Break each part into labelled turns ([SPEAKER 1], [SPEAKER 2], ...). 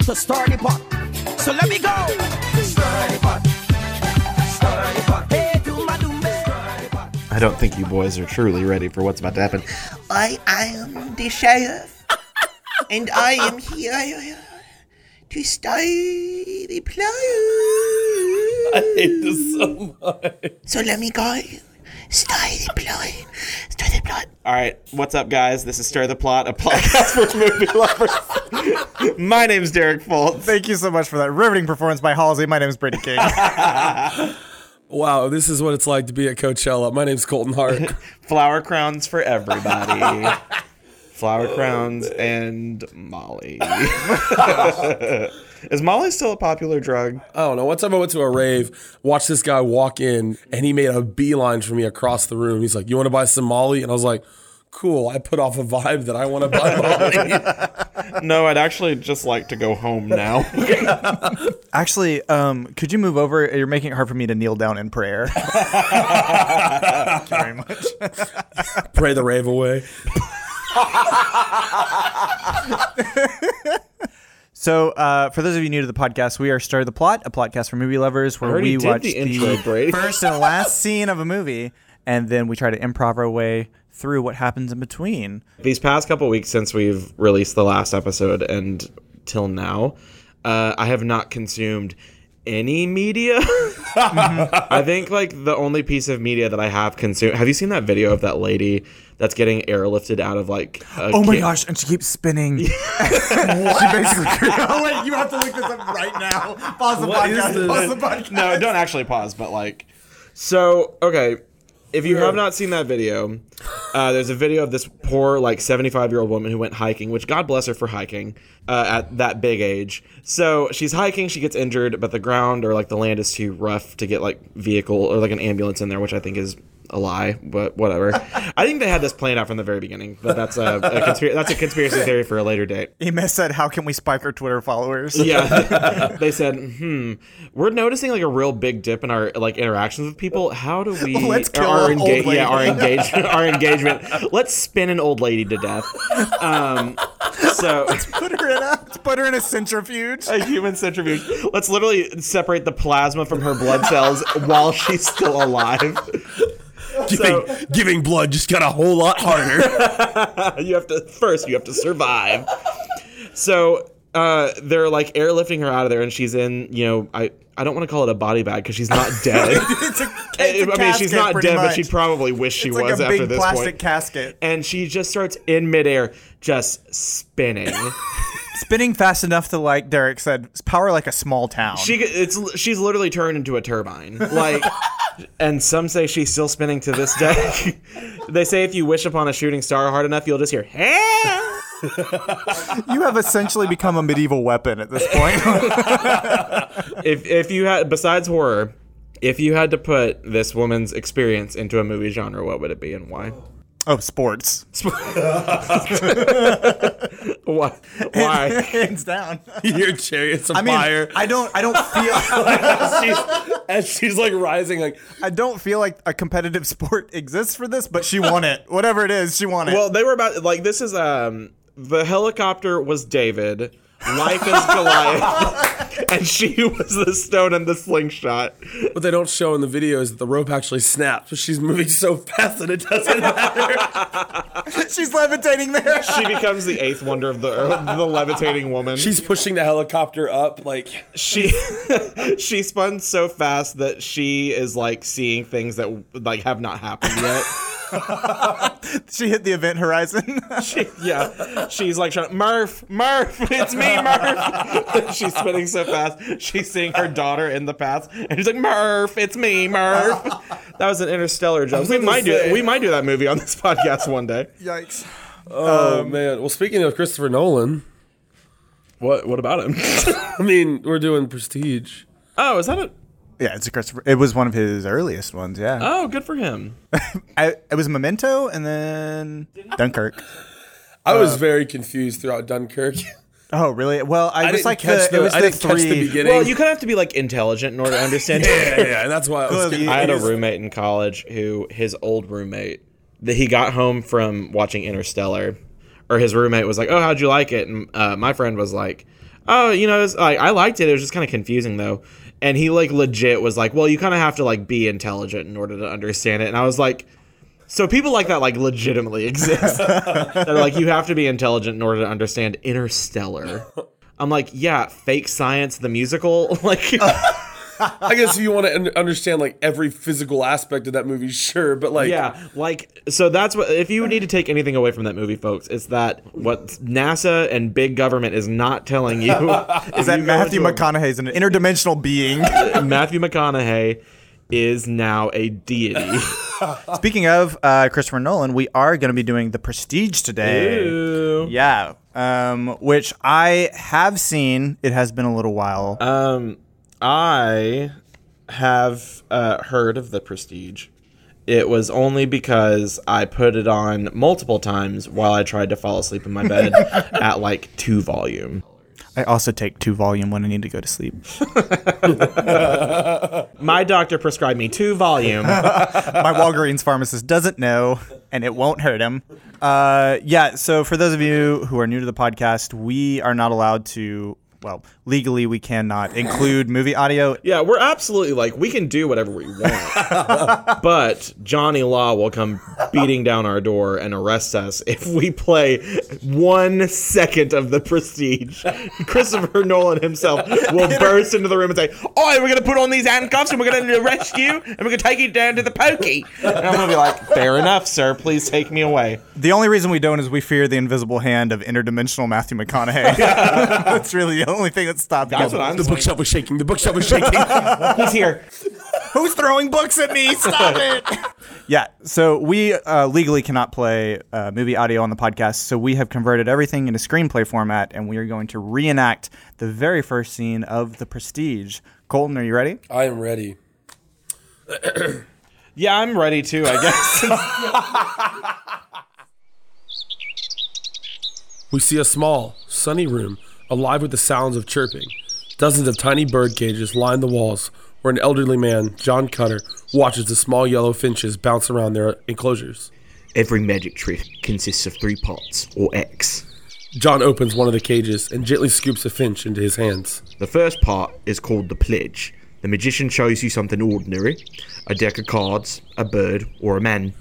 [SPEAKER 1] to stir the pot. So let me go. Stir the pot. Stir the pot. Hey, do my do me. Stir the pot.
[SPEAKER 2] I don't think you boys are truly ready for what's about to happen.
[SPEAKER 3] I am the sheriff, and I am here to stir the plot.
[SPEAKER 4] I hate this so much.
[SPEAKER 3] So let me go. Stir the plot. Stir the plot.
[SPEAKER 2] All right, what's up, guys? This is Stir the Plot, a podcast for movie lovers. My name's Derek Fultz.
[SPEAKER 5] Thank you so much for that riveting performance by Halsey. My name is Brady King.
[SPEAKER 4] Wow, this is what it's like to be at Coachella. My name's Colton Hart.
[SPEAKER 2] Flower crowns for everybody. Flower crowns and Molly. is Molly still a popular drug?
[SPEAKER 4] I don't know. One time I went to a rave, watched this guy walk in, and he made a beeline for me across the room. He's like, You want to buy some Molly? And I was like, Cool. I put off a vibe that I want to buy Molly.
[SPEAKER 2] No, I'd actually just like to go home now.
[SPEAKER 5] Actually, um, could you move over? You're making it hard for me to kneel down in prayer. Thank you very much.
[SPEAKER 4] Pray the rave away.
[SPEAKER 5] So, uh, for those of you new to the podcast, we are Stir the Plot, a podcast for movie lovers where
[SPEAKER 2] already
[SPEAKER 5] we
[SPEAKER 2] did
[SPEAKER 5] watch
[SPEAKER 2] the intro, Brady.
[SPEAKER 5] first and last scene of a movie, and then we try to improv our way through what happens in between.
[SPEAKER 2] These past couple weeks since we've released the last episode and till now, uh, I have not consumed any media. I think like the only piece of media that I have consumed. Have you seen that video of that lady that's getting airlifted out of like? A
[SPEAKER 5] Oh my
[SPEAKER 2] ca-
[SPEAKER 5] gosh! And she keeps spinning. she basically. Oh wait, you have to look this up right now. Pause the
[SPEAKER 4] What is this?
[SPEAKER 2] No, don't actually pause, but like. So okay, if you have not seen that video, uh, there's a video of this poor like 75 year old woman who went hiking, which God bless her for hiking uh, at that big age. So she's hiking, she gets injured, but the ground or like the land is too rough to get like vehicle or like an ambulance in there, which I think is a lie, but whatever. I think they had this planned out from the very beginning, but that's a, a conspira- that's a conspiracy theory for a later date.
[SPEAKER 5] Ema said, "How can we spike our Twitter followers?"
[SPEAKER 2] yeah they said hmm we're noticing like a real big dip in our like interactions with people how do we
[SPEAKER 5] Let's kill
[SPEAKER 2] our,
[SPEAKER 5] an old lady.
[SPEAKER 2] yeah our engagement our engagement let's spin an old lady to death um so
[SPEAKER 5] Put her in a let's put her in a centrifuge.
[SPEAKER 2] a human centrifuge let's literally separate the plasma from her blood cells while she's still alive
[SPEAKER 4] giving, giving blood just got a whole lot harder.
[SPEAKER 2] you have to first you have to survive so uh, they're like airlifting her out of there and she's in you know i i don't want to call it a body bag because she's not dead
[SPEAKER 5] It's a, it's
[SPEAKER 2] I
[SPEAKER 5] a
[SPEAKER 2] mean, she's
[SPEAKER 5] casket,
[SPEAKER 2] not
[SPEAKER 5] pretty
[SPEAKER 2] dead, but
[SPEAKER 5] much.
[SPEAKER 2] she probably wished she
[SPEAKER 5] It's
[SPEAKER 2] was
[SPEAKER 5] like a
[SPEAKER 2] after
[SPEAKER 5] big
[SPEAKER 2] this
[SPEAKER 5] plastic
[SPEAKER 2] point.
[SPEAKER 5] casket.
[SPEAKER 2] and she just starts in midair, just spinning.
[SPEAKER 5] Spinning fast enough to, like Derek said, power like a small town.
[SPEAKER 2] she it's she's literally turned into a turbine. Like, and some say she's still spinning to this day. they say if you wish upon a shooting star hard enough, you'll just hear. "Hey!"
[SPEAKER 5] you have essentially become a medieval weapon at this point.
[SPEAKER 2] if if you had besides horror, if you had to put this woman's experience into a movie genre, what would it be and why?
[SPEAKER 5] oh, sports.
[SPEAKER 2] Why? Why?
[SPEAKER 5] Hands down.
[SPEAKER 4] Your chariot's of
[SPEAKER 5] I mean,
[SPEAKER 4] fire.
[SPEAKER 5] I don't. I don't feel.
[SPEAKER 4] she's, as she's like rising, like
[SPEAKER 5] I don't feel like a competitive sport exists for this, but she won it. Whatever it is, she won it.
[SPEAKER 2] Well, they were about like this is um the helicopter was David, life is Goliath, and she was the stone and the slingshot.
[SPEAKER 4] What they don't show in the video is that the rope actually snaps, but she's moving so fast that it doesn't matter.
[SPEAKER 5] she's levitating there.
[SPEAKER 2] She becomes the eighth wonder of the earth, the levitating woman.
[SPEAKER 4] she's pushing the helicopter up, like
[SPEAKER 2] she she spun so fast that she is like seeing things that like have not happened yet.
[SPEAKER 5] She hit the event horizon.
[SPEAKER 2] She- yeah, she's like trying, Murph, Murph, it's me, Murph. she's spinning so fast. She's seeing her daughter in the past, and she's like, Murph, it's me, Murph. That was an interstellar joke. We
[SPEAKER 4] gonna
[SPEAKER 2] might do
[SPEAKER 4] say.
[SPEAKER 2] we might do that movie on this podcast one day.
[SPEAKER 5] Yikes.
[SPEAKER 4] oh
[SPEAKER 2] Um,
[SPEAKER 4] man. Well, speaking of Christopher Nolan,
[SPEAKER 2] What what about him?
[SPEAKER 4] I mean, we're doing Prestige.
[SPEAKER 2] oh, is that a
[SPEAKER 5] Yeah, it's a Christopher. It was one of his earliest ones. Yeah,
[SPEAKER 2] oh, good for him.
[SPEAKER 5] I, it was Memento and then Dunkirk.
[SPEAKER 4] I
[SPEAKER 2] Uh,
[SPEAKER 4] was very confused throughout Dunkirk.
[SPEAKER 5] Oh, really? Well, I,
[SPEAKER 4] I
[SPEAKER 5] was
[SPEAKER 4] didn't
[SPEAKER 5] like
[SPEAKER 4] catch
[SPEAKER 5] the,
[SPEAKER 4] the,
[SPEAKER 5] it was
[SPEAKER 4] I
[SPEAKER 5] the
[SPEAKER 4] didn't catch the
[SPEAKER 5] three-
[SPEAKER 4] beginning.
[SPEAKER 2] Well, you kind of have to be like intelligent in order to understand.
[SPEAKER 4] yeah, yeah, and that's why I was.
[SPEAKER 5] Well, you-
[SPEAKER 2] I had a
[SPEAKER 5] It is-
[SPEAKER 2] roommate in college who his old roommate that he got home from watching Interstellar, or his roommate was like, "Oh, how'd you like it?" And uh, my friend was like, oh, you know, it was, like I liked it. It was just kind of confusing though. And he like legit was like, well, you kind of have to like be intelligent in order to understand it. And I was like, so people like that like legitimately exist. They're like, you have to be intelligent in order to understand Interstellar. I'm like, yeah, fake science, the musical, like.
[SPEAKER 4] I guess if you want to un- understand like every physical aspect of that movie, sure, but like
[SPEAKER 2] yeah like so that's what if you need to take anything away from that movie folks it's that what nasa and big government is not telling you
[SPEAKER 5] Is that Matthew McConaughey's an interdimensional being?
[SPEAKER 2] matthew mcconaughey is now a deity
[SPEAKER 5] Speaking of uh, Christopher Nolan, we are going to be doing The Prestige today. Yeah, um, which I have seen. It has been a little while.
[SPEAKER 4] Uh.
[SPEAKER 2] um i have uh, heard of the prestige it was only because I put it on multiple times while I tried to fall asleep in my bed at like two volume.
[SPEAKER 5] I also take two volume when I need to go to sleep.
[SPEAKER 2] My doctor prescribed me two volume.
[SPEAKER 5] my Walgreens pharmacist doesn't know, and it won't hurt him. Uh, yeah. So for those of you who are new to the podcast, we are not allowed to. Well, legally, we cannot include movie audio.
[SPEAKER 2] Yeah, we're absolutely like we can do whatever we want, but Johnny Law will come beating down our door and arrest us if we play one second of the Prestige. Christopher Nolan himself will burst into the room and say, "All right, we're gonna put on these handcuffs and we're gonna arrest you and we're gonna take you down to the pokey." And I'm gonna be like, "Fair enough, sir. Please take me away."
[SPEAKER 5] The only reason we don't is we fear the invisible hand of interdimensional Matthew McConaughey. that's really the only thing that's stopping
[SPEAKER 2] That's
[SPEAKER 5] us.
[SPEAKER 2] what I'm.
[SPEAKER 4] the bookshelf was shaking. The bookshelf was shaking.
[SPEAKER 2] He's here.
[SPEAKER 5] Who's throwing books at me? Stop it! yeah, so we uh, legally cannot play uh, movie audio on the podcast, so we have converted everything into screenplay format, and we are going to reenact the very first scene of The Prestige. Colton, are you ready?
[SPEAKER 4] I am ready.
[SPEAKER 2] Yeah, I'm ready too. I guess.
[SPEAKER 4] We see a small, sunny room alive with the sounds of chirping. Dozens of tiny bird cages line the walls, where an elderly man, John Cutter, watches the small yellow finches bounce around their enclosures.
[SPEAKER 6] Every magic trick consists of three parts, or acts.
[SPEAKER 4] John opens one of the cages and gently scoops a finch into his hands.
[SPEAKER 6] The first part is called the pledge. The magician shows you something ordinary a deck of cards, a bird, or a man.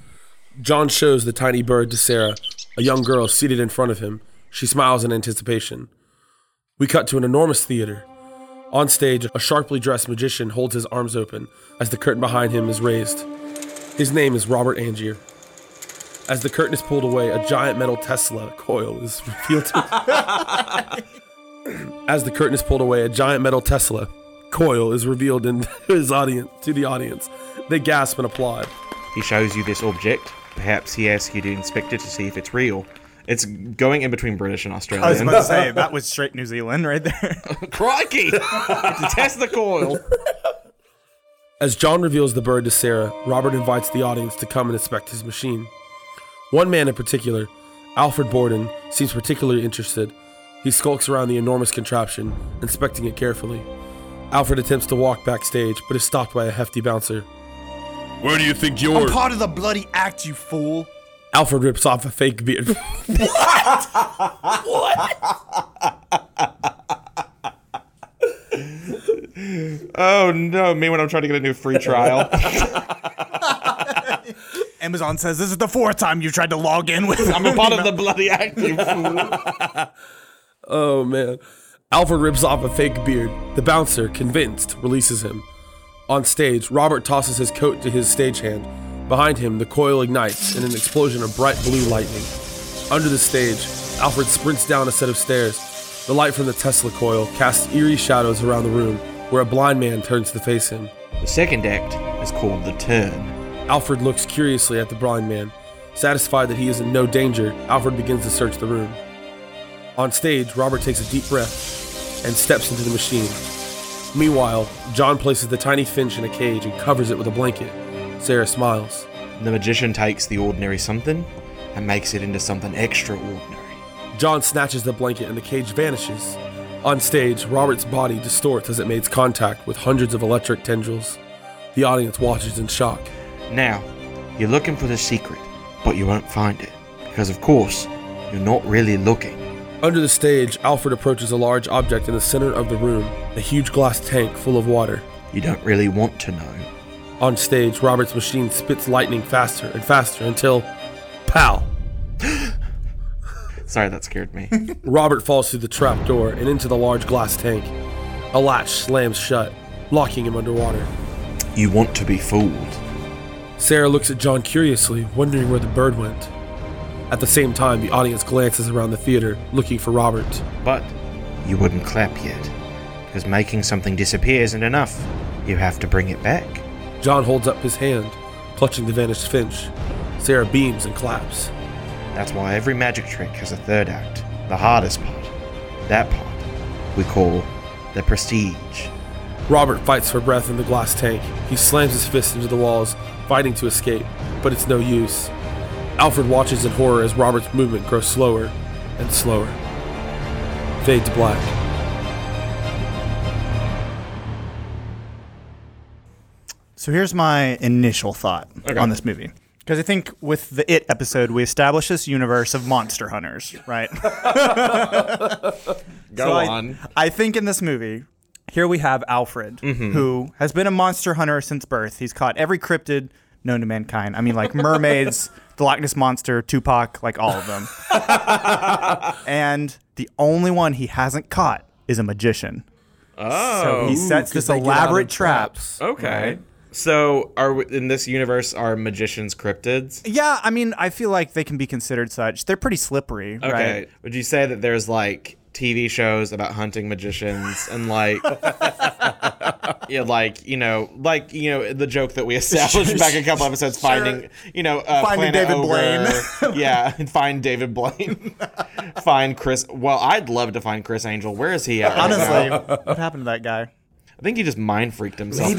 [SPEAKER 4] John shows the tiny bird to Sarah, a young girl seated in front of him. She smiles in anticipation. We cut to an enormous theater. On stage, a sharply dressed magician holds his arms open as the curtain behind him is raised. His name is Robert Angier. As the curtain is pulled away, a giant metal Tesla coil is revealed. to- as the curtain is pulled away, a giant metal Tesla coil is revealed in his audience to the audience. They gasp and applaud.
[SPEAKER 6] He shows you this object. Perhaps he asks you to inspect it to see if it's real.
[SPEAKER 2] it's going in between British and Australian.
[SPEAKER 5] I was about to say, that was straight New Zealand right there.
[SPEAKER 2] Crikey! to test the coil.
[SPEAKER 4] As John reveals the bird to Sarah, Robert invites the audience to come and inspect his machine. One man in particular, Alfred Borden, seems particularly interested. He skulks around the enormous contraption, inspecting it carefully. Alfred attempts to walk backstage, but is stopped by a hefty bouncer.
[SPEAKER 7] Where do you think you're?
[SPEAKER 5] Part of the bloody act, you fool.
[SPEAKER 4] Alfred rips off a fake beard.
[SPEAKER 2] Oh no, me when I'm trying to get a new free trial.
[SPEAKER 5] Amazon says this is the fourth time you tried to log in with
[SPEAKER 2] I'm a part of the bloody act, you fool.
[SPEAKER 4] oh man. Alfred rips off a fake beard. The bouncer, convinced, releases him. On stage, Robert tosses his coat to his stagehand. Behind him, the coil ignites in an explosion of bright blue lightning. Under the stage, Alfred sprints down a set of stairs. The light from the Tesla coil casts eerie shadows around the room, where a blind man turns to face him.
[SPEAKER 6] The second act is called the turn.
[SPEAKER 4] Alfred looks curiously at the blind man. Satisfied that he is in no danger, Alfred begins to search the room. On stage, Robert takes a deep breath and steps into the machine. Meanwhile, John places the tiny finch in a cage and covers it with a blanket. Sarah smiles.
[SPEAKER 6] The magician takes the ordinary something and makes it into something extraordinary.
[SPEAKER 4] John snatches the blanket and the cage vanishes. On stage, Robert's body distorts as it makes contact with hundreds of electric tendrils. The audience watches in shock.
[SPEAKER 6] Now, you're looking for the secret, but you won't find it. Because, of course, you're not really looking.
[SPEAKER 4] Under the stage, Alfred approaches a large object in the center of the room, a huge glass tank full of water.
[SPEAKER 6] You don't really want to know.
[SPEAKER 4] On stage, Robert's machine spits lightning faster and faster until. Pow!
[SPEAKER 2] Sorry, that scared me.
[SPEAKER 4] Robert falls through the trap door and into the large glass tank. A latch slams shut, locking him underwater.
[SPEAKER 6] You want to be fooled.
[SPEAKER 4] Sarah looks at John curiously, wondering where the bird went. At the same time, the audience glances around the theater, looking for Robert.
[SPEAKER 6] But you wouldn't clap yet, because making something disappear isn't enough. You have to bring it back.
[SPEAKER 4] John holds up his hand, clutching the vanished finch. Sarah beams and claps.
[SPEAKER 6] That's why every magic trick has a third act, the hardest part. That part we call the prestige.
[SPEAKER 4] Robert fights for breath in the glass tank. He slams his fist into the walls, fighting to escape, but it's no use. Alfred watches in horror as Robert's movement grows slower and slower. Fade to black.
[SPEAKER 5] So here's my initial thought on this movie. Because I think with the It episode, we established this universe of monster hunters, right?
[SPEAKER 2] Go
[SPEAKER 5] So I-
[SPEAKER 2] on.
[SPEAKER 5] I, think in this movie, here we have Alfred, who has been a monster hunter since birth. He's caught every cryptid known to mankind. I mean, like mermaids, the Loch Ness Monster, Tupac, like all of them. and the only one he hasn't caught is a magician. Oh. So he sets this elaborate trap.
[SPEAKER 2] Okay. So, are we, in this universe are magicians cryptids?
[SPEAKER 5] Yeah, I mean, I feel like they can be considered such. They're pretty slippery,
[SPEAKER 2] Okay.
[SPEAKER 5] right?
[SPEAKER 2] Would you say that there's like TV shows about hunting magicians and like yeah, like you know, like you know, the joke that we established back a couple episodes, finding you know, uh,
[SPEAKER 5] Finding
[SPEAKER 2] Planet
[SPEAKER 5] David
[SPEAKER 2] Ogre. yeah, and find David Blaine, find Chris. Well, I'd love to find Chris Angel. Where is he at? right now?
[SPEAKER 5] Honestly, what happened to that guy?
[SPEAKER 2] I think he just mind freaked himself.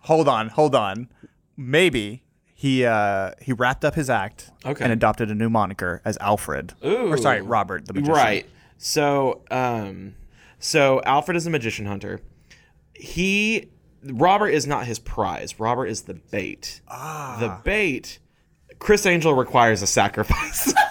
[SPEAKER 5] hold on, hold on. Maybe he uh, he wrapped up his act
[SPEAKER 2] Okay.
[SPEAKER 5] and adopted a new moniker as Alfred. Or sorry, Robert the magician.
[SPEAKER 2] Right. So, um, so Alfred is a magician hunter. He Robert is not his prize. Robert is the bait. Ah. The bait. Chris Angel requires a sacrifice.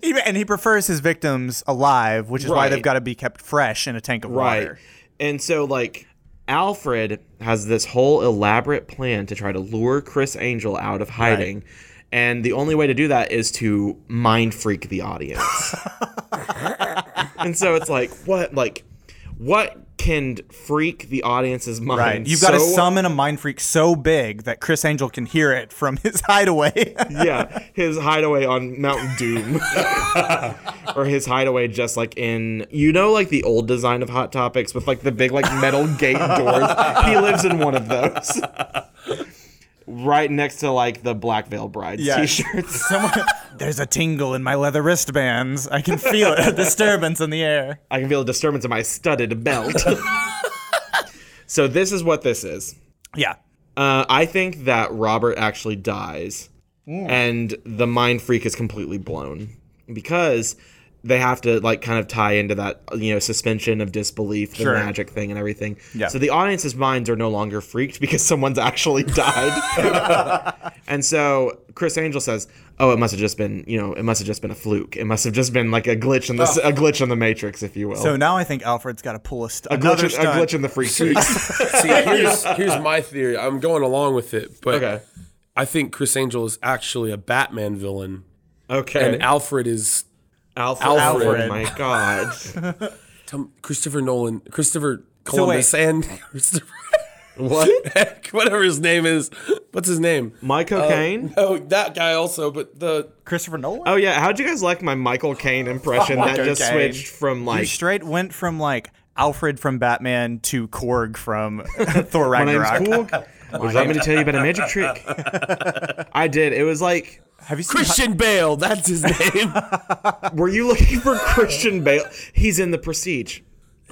[SPEAKER 5] He- and he prefers his victims alive, which is why
[SPEAKER 2] Right.
[SPEAKER 5] they've got to be kept fresh in a tank of water.
[SPEAKER 2] And so, like, Alfred has this whole elaborate plan to try to lure Chris Angel out of hiding. And the only way to do that is to mind freak the audience. and so it's like, what, like, what can freak the audience's mind?
[SPEAKER 5] Right. You've got to
[SPEAKER 2] so-
[SPEAKER 5] summon a mind freak so big that Chris Angel can hear it from his hideaway.
[SPEAKER 2] yeah, his hideaway on Mount Doom, or his hideaway just like in you know like the old design of Hot Topics with like the big like metal gate doors. He lives in one of those, right next to like the Black Veil Bride
[SPEAKER 5] Yeah.
[SPEAKER 2] t-shirts.
[SPEAKER 5] Someone, there's a tingle in my leather wristbands. I can feel it, a disturbance in the air.
[SPEAKER 2] I can feel a disturbance in my studded belt. so this is what this is.
[SPEAKER 5] Yeah.
[SPEAKER 2] Uh, I think that Robert actually dies,
[SPEAKER 5] Hmm.
[SPEAKER 2] and the mind freak is completely blown because they have to like kind of tie into that you know suspension of disbelief, the
[SPEAKER 5] Sure.
[SPEAKER 2] magic thing, and everything.
[SPEAKER 5] Yeah.
[SPEAKER 2] So the audience's minds are no longer freaked because someone's actually died, and so Chris Angel says, "Oh, it must have just been you know it must have just been a fluke. It must have just been like a glitch in the s a glitch in the matrix, if you will."
[SPEAKER 5] Oh. So now I think Alfred's got to pull a, st-
[SPEAKER 2] Oh. a glitch,
[SPEAKER 5] another
[SPEAKER 2] in- a
[SPEAKER 5] stunt.
[SPEAKER 2] glitch in the freak streaks.
[SPEAKER 4] See, here's, here's my theory. I'm going along with it, but
[SPEAKER 2] Okay.
[SPEAKER 4] I think Chris Angel is actually a Batman villain,
[SPEAKER 2] okay.
[SPEAKER 4] and Alfred is
[SPEAKER 2] Alfred.
[SPEAKER 4] Alfred.
[SPEAKER 2] Oh my god.
[SPEAKER 4] Tom, Christopher Nolan, Christopher Columbus,
[SPEAKER 5] wait.
[SPEAKER 4] and Christopher. What? Whatever his name is. What's his name?
[SPEAKER 2] My cocaine.
[SPEAKER 4] Oh, that guy also, but the
[SPEAKER 5] Christopher Nolan.
[SPEAKER 2] Oh yeah, how'd you guys like my Michael Caine impression that
[SPEAKER 5] Michael
[SPEAKER 2] just
[SPEAKER 5] Caine.
[SPEAKER 2] switched from
[SPEAKER 5] You
[SPEAKER 2] like
[SPEAKER 5] straight went from like Alfred from Batman to Korg from Thor
[SPEAKER 2] my name's
[SPEAKER 5] Ragnarok.
[SPEAKER 2] Korg? Would you like me to tell you about a magic trick? I did. It was like,
[SPEAKER 5] Have you seen
[SPEAKER 4] Christian Bale. That's his name.
[SPEAKER 2] were you looking for Christian Bale? He's in The Prestige.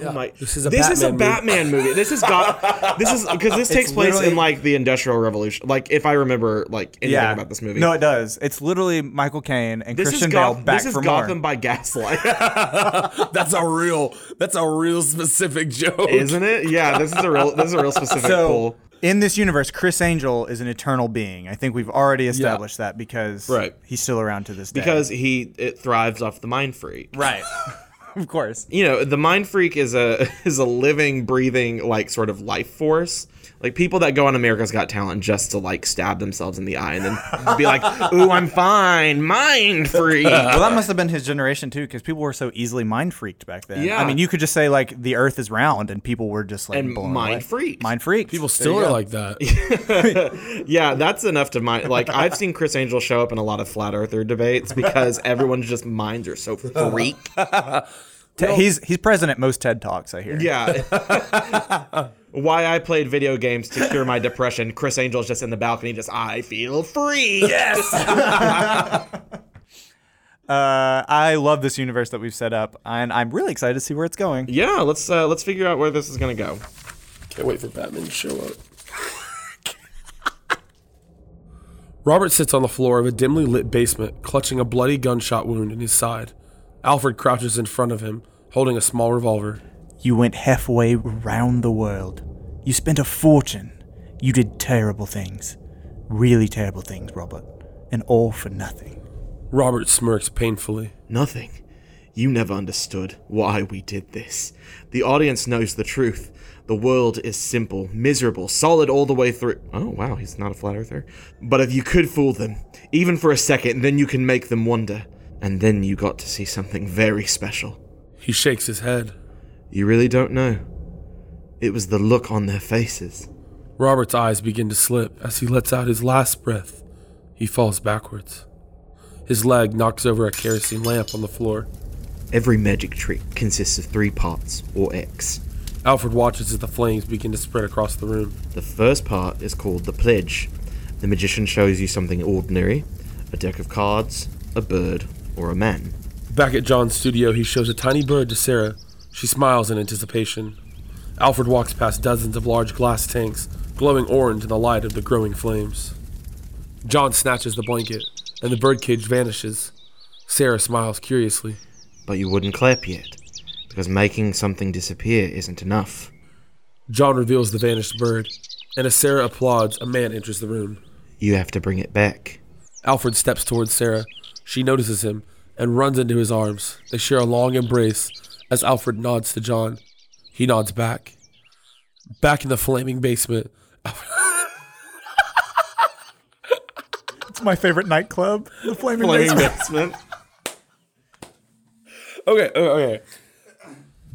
[SPEAKER 2] oh my!
[SPEAKER 4] this is a
[SPEAKER 2] this is a
[SPEAKER 4] Batman
[SPEAKER 2] Batman movie. This is got this is because this takes place in
[SPEAKER 5] literally-
[SPEAKER 2] like the Industrial Revolution. Like if I remember like anything
[SPEAKER 5] yeah.
[SPEAKER 2] about this movie.
[SPEAKER 5] No, it does. It's literally Michael Caine and
[SPEAKER 2] this
[SPEAKER 5] Christian
[SPEAKER 2] is Goth-
[SPEAKER 5] Bale back
[SPEAKER 2] This is
[SPEAKER 5] for
[SPEAKER 2] Gotham
[SPEAKER 5] more.
[SPEAKER 2] by Gaslight,
[SPEAKER 4] That's a real. That's a real specific joke.
[SPEAKER 2] isn't it? Yeah, this is a real this is a real specific
[SPEAKER 5] So
[SPEAKER 2] pull.
[SPEAKER 5] in this universe, Chris Angel is an eternal being. I think we've already established that because
[SPEAKER 2] Right.
[SPEAKER 5] he's still around to this day.
[SPEAKER 2] because he it thrives off the mind freak.
[SPEAKER 5] right, of course.
[SPEAKER 2] You know, the mind freak is a is a living, breathing like sort of life force. Like people that go on America's Got Talent just to like stab themselves in the eye and then be like, "Ooh, I'm fine, mind freak."
[SPEAKER 5] Well, that must have been his generation too, because people were so easily mind freaked back then.
[SPEAKER 2] Yeah.
[SPEAKER 5] I mean, you could just say like the Earth is round, and people were just like
[SPEAKER 2] And
[SPEAKER 5] blown
[SPEAKER 2] mind
[SPEAKER 5] away.
[SPEAKER 2] freaked.
[SPEAKER 5] Mind freaked.
[SPEAKER 4] People still are like that.
[SPEAKER 2] yeah, that's enough to mind. Like I've seen Chris Angel show up in a lot of flat earther debates because everyone's just minds are so freak.
[SPEAKER 5] Te- he's he's present at most TED talks. I hear.
[SPEAKER 2] Yeah. Why I played video games to cure my depression. Chris Angel's just in the balcony, just I feel free.
[SPEAKER 5] Uh, I love this universe that we've set up, and I'm really excited to see where it's going.
[SPEAKER 2] Yeah, let's uh, let's figure out where this is gonna go.
[SPEAKER 4] Can't wait for Batman to show up. Robert sits on the floor of a dimly lit basement, clutching a bloody gunshot wound in his side. Alfred crouches in front of him, holding a small revolver.
[SPEAKER 5] You went halfway round the world. You spent a fortune. You did terrible things. Really terrible things, Robert. And all for nothing.
[SPEAKER 4] Robert smirks painfully.
[SPEAKER 2] Nothing. You never understood why we did this. The audience knows the truth. The world is simple, miserable, solid all the way through. Oh, wow, he's not a flat earther. But if you could fool them, even for a second, then you can make them wonder. And then you got to see something very special.
[SPEAKER 4] He shakes his head.
[SPEAKER 2] You really don't know. It was the look on their faces.
[SPEAKER 4] Robert's eyes begin to slip as he lets out his last breath. He falls backwards. His leg knocks over a kerosene lamp on the floor.
[SPEAKER 2] Every magic trick consists of three parts, or X.
[SPEAKER 4] Alfred watches as the flames begin to spread across the room.
[SPEAKER 2] The first part is called the pledge. The magician shows you something ordinary a deck of cards, a bird, or a man.
[SPEAKER 4] Back at John's studio, he shows a tiny bird to Sarah. She smiles in anticipation. Alfred walks past dozens of large glass tanks, glowing orange in the light of the growing flames. John snatches the blanket, and the birdcage vanishes. Sarah smiles curiously.
[SPEAKER 2] But you wouldn't clap yet, because making something disappear isn't enough.
[SPEAKER 4] John reveals the vanished bird, and as Sarah applauds, a man enters the room.
[SPEAKER 2] You have to bring it back.
[SPEAKER 4] Alfred steps towards Sarah. She notices him and runs into his arms. They share a long embrace as Alfred nods to John. He nods back. Back in the flaming basement,
[SPEAKER 5] It's my favorite nightclub, the Flaming,
[SPEAKER 2] basement.
[SPEAKER 4] Okay, okay, okay.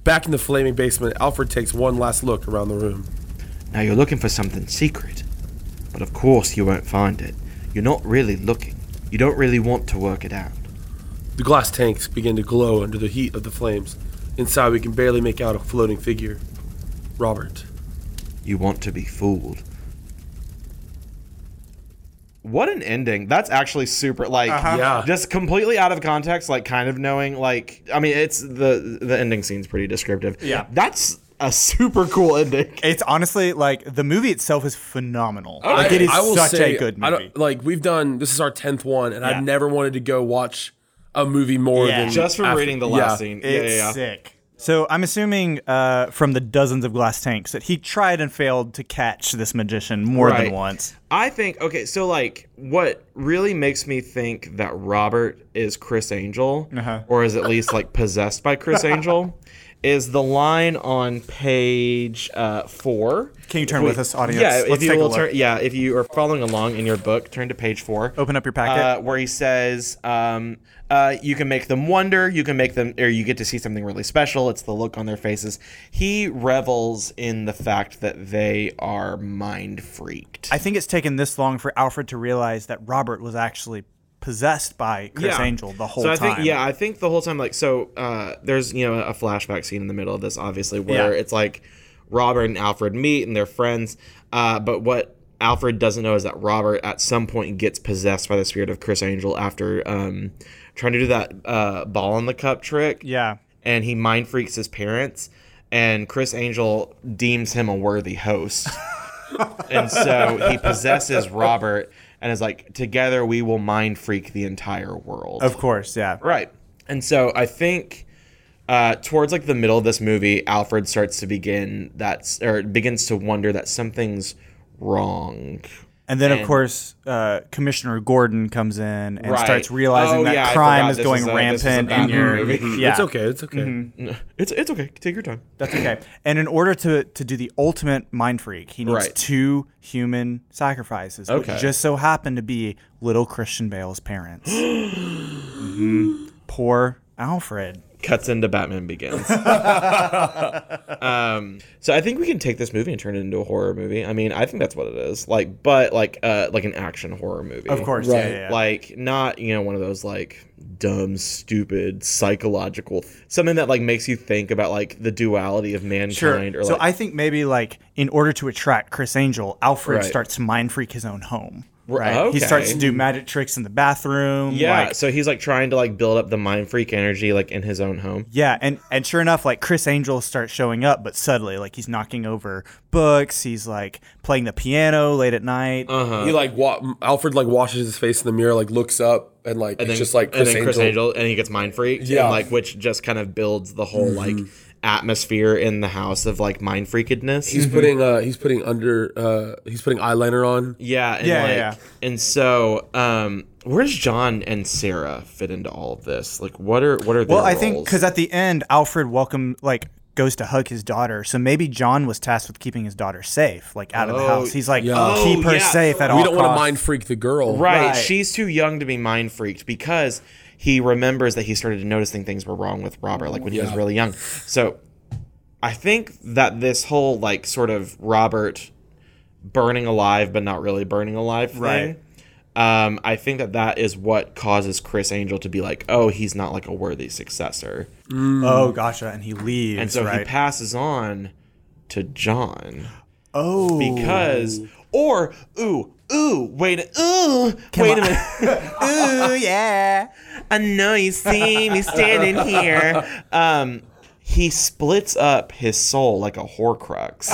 [SPEAKER 4] Back in the flaming basement, Alfred takes one last look around the room.
[SPEAKER 6] Now you're looking for something secret, but of course you won't find it. You're not really looking. You don't really want to work it out.
[SPEAKER 4] The glass tanks begin to glow under the heat of the flames. Inside, we can barely make out a floating figure. Robert.
[SPEAKER 6] You want to be fooled.
[SPEAKER 2] What an ending. That's actually super like
[SPEAKER 4] Yeah.
[SPEAKER 2] just completely out of context, like kind of knowing like I mean it's the the ending scene's pretty descriptive. Yeah. That's a super cool ending.
[SPEAKER 5] It's honestly like the movie itself is phenomenal.
[SPEAKER 4] I-
[SPEAKER 5] like it is
[SPEAKER 4] I will
[SPEAKER 5] such
[SPEAKER 4] say,
[SPEAKER 5] a good
[SPEAKER 4] I don't-
[SPEAKER 5] movie.
[SPEAKER 4] like we've done. This is our tenth one, and
[SPEAKER 5] Yeah.
[SPEAKER 4] I've never wanted to go watch a movie more
[SPEAKER 5] Yeah.
[SPEAKER 4] than
[SPEAKER 2] Just from
[SPEAKER 4] after-
[SPEAKER 2] reading the last
[SPEAKER 4] yeah.
[SPEAKER 2] scene. Yeah,
[SPEAKER 5] It's
[SPEAKER 2] yeah, yeah.
[SPEAKER 5] sick. So I'm assuming uh, from the dozens of glass tanks that he tried and failed to catch this magician more
[SPEAKER 2] Right.
[SPEAKER 5] than once.
[SPEAKER 2] I think okay, so like what really makes me think that Robert is Chris Angel,
[SPEAKER 5] Uh-huh.
[SPEAKER 2] or is at least like possessed by Chris Angel, is the line on page uh, four.
[SPEAKER 5] Can you turn
[SPEAKER 2] If we-
[SPEAKER 5] with us, audience?
[SPEAKER 2] Yeah,
[SPEAKER 5] Let's
[SPEAKER 2] if you
[SPEAKER 5] take a
[SPEAKER 2] will
[SPEAKER 5] look.
[SPEAKER 2] turn, yeah, if you are following along in your book, turn to page four.
[SPEAKER 5] Open up your packet.
[SPEAKER 2] Uh, where he says, um, uh, "You can make them wonder. You can make them, or you get to see something really special. It's the look on their faces." He revels in the fact that they are mind freaked.
[SPEAKER 5] I think it's taken this long for Alfred to realize that Robert was actually possessed by Chris Angel the whole
[SPEAKER 2] so I
[SPEAKER 5] time.
[SPEAKER 2] Think, yeah, I think the whole time, like, so uh, there's you know a flashback scene in the middle of this, obviously, where
[SPEAKER 5] Yeah.
[SPEAKER 2] it's like Robert and Alfred meet and they're friends. Uh, but what Alfred doesn't know is that Robert at some point gets possessed by the spirit of Chris Angel after um, trying to do that uh, ball in the cup trick.
[SPEAKER 5] Yeah.
[SPEAKER 2] and he mind freaks his parents, and Chris Angel deems him a worthy host. and so he possesses Robert and is like, together we will mind freak the entire world.
[SPEAKER 5] Of course, yeah.
[SPEAKER 2] Right. And so I think uh, towards like the middle of this movie, Alfred starts to begin that or begins to wonder that something's wrong.
[SPEAKER 5] And then, of
[SPEAKER 2] And-
[SPEAKER 5] course, uh, Commissioner Gordon comes in and
[SPEAKER 2] Right.
[SPEAKER 5] starts realizing
[SPEAKER 2] Oh,
[SPEAKER 5] that
[SPEAKER 2] yeah, I
[SPEAKER 5] crime
[SPEAKER 2] forgot
[SPEAKER 5] is
[SPEAKER 2] this
[SPEAKER 5] going
[SPEAKER 2] is a- this is a
[SPEAKER 5] rampant in
[SPEAKER 2] Batman
[SPEAKER 5] your.
[SPEAKER 2] movie.
[SPEAKER 5] Yeah, Mm-hmm.
[SPEAKER 4] It's okay. It's okay.
[SPEAKER 2] It's it's okay. Take your time.
[SPEAKER 5] that's okay. And in order to to do the ultimate mind freak, he needs
[SPEAKER 2] Right.
[SPEAKER 5] two human sacrifices,
[SPEAKER 2] Okay.
[SPEAKER 5] which just so happen to be little Christian Bale's parents. Mhm. Poor Alfred.
[SPEAKER 2] Cuts into Batman Begins. um, so I think we can take this movie and turn it into a horror movie. I mean, I think that's what it is. Like, but like uh, like an action horror movie.
[SPEAKER 5] Of course, yeah,
[SPEAKER 2] right?
[SPEAKER 5] yeah, yeah.
[SPEAKER 2] Like not you know one of those like dumb, stupid, psychological something that like makes you think about like the duality of mankind. Or
[SPEAKER 5] so
[SPEAKER 2] like,
[SPEAKER 5] I think maybe like in order to attract Chris Angel, Alfred
[SPEAKER 2] Right.
[SPEAKER 5] starts to mind freak his own home.
[SPEAKER 2] Right.
[SPEAKER 5] He starts to
[SPEAKER 2] Okay.
[SPEAKER 5] do magic tricks in the bathroom.
[SPEAKER 2] Yeah,
[SPEAKER 5] like-
[SPEAKER 2] so he's like trying to like build up the mind freak energy like in his own home.
[SPEAKER 5] yeah, and and sure enough, like Chris Angel starts showing up, but suddenly, like he's knocking over books. He's like playing the piano late at night.
[SPEAKER 2] Uh-huh.
[SPEAKER 4] He like wa- Alfred like washes his face in the mirror, like looks up and like
[SPEAKER 2] And
[SPEAKER 4] it's
[SPEAKER 2] then,
[SPEAKER 4] just like Chris,
[SPEAKER 2] and then Chris
[SPEAKER 4] Angel.
[SPEAKER 2] Angel and he gets mind freaked.
[SPEAKER 4] Yeah.
[SPEAKER 2] and, like which just kind of builds the whole like atmosphere in the house of like mind freakedness.
[SPEAKER 4] He's
[SPEAKER 5] Mm-hmm.
[SPEAKER 4] putting uh he's putting under uh he's putting eyeliner on.
[SPEAKER 2] yeah, and
[SPEAKER 5] Yeah,
[SPEAKER 2] like,
[SPEAKER 5] yeah,
[SPEAKER 2] and so um where does John and Sarah fit into all of this? Like what are what are their
[SPEAKER 5] well, I think
[SPEAKER 2] roles?
[SPEAKER 5] because at the end, Alfred welcome like goes to hug his daughter. So maybe John was tasked with keeping his daughter safe, like out of the house. He's like,
[SPEAKER 4] yeah.
[SPEAKER 5] keep
[SPEAKER 2] Oh,
[SPEAKER 5] her
[SPEAKER 2] yeah.
[SPEAKER 5] safe at all
[SPEAKER 4] We don't want to
[SPEAKER 5] costs."
[SPEAKER 4] mind freak the girl.
[SPEAKER 2] Right.
[SPEAKER 5] Right.
[SPEAKER 2] She's too young to be mind freaked because he remembers that he started noticing things were wrong with Robert, like when he was really young. So I think that this whole like sort of Robert burning alive but not really burning alive thing.
[SPEAKER 5] Right.
[SPEAKER 2] Um, I think that that is what causes Chris Angel to be like, oh, he's not like a worthy successor,
[SPEAKER 5] Oh, gotcha. And he leaves.
[SPEAKER 2] and so
[SPEAKER 5] right?
[SPEAKER 2] he passes on to John
[SPEAKER 5] Oh,
[SPEAKER 2] because, or ooh, ooh, wait, ooh, wait a minute.
[SPEAKER 5] Ooh, yeah.
[SPEAKER 2] I know you see me standing here. Um, he splits up his soul like a Horcrux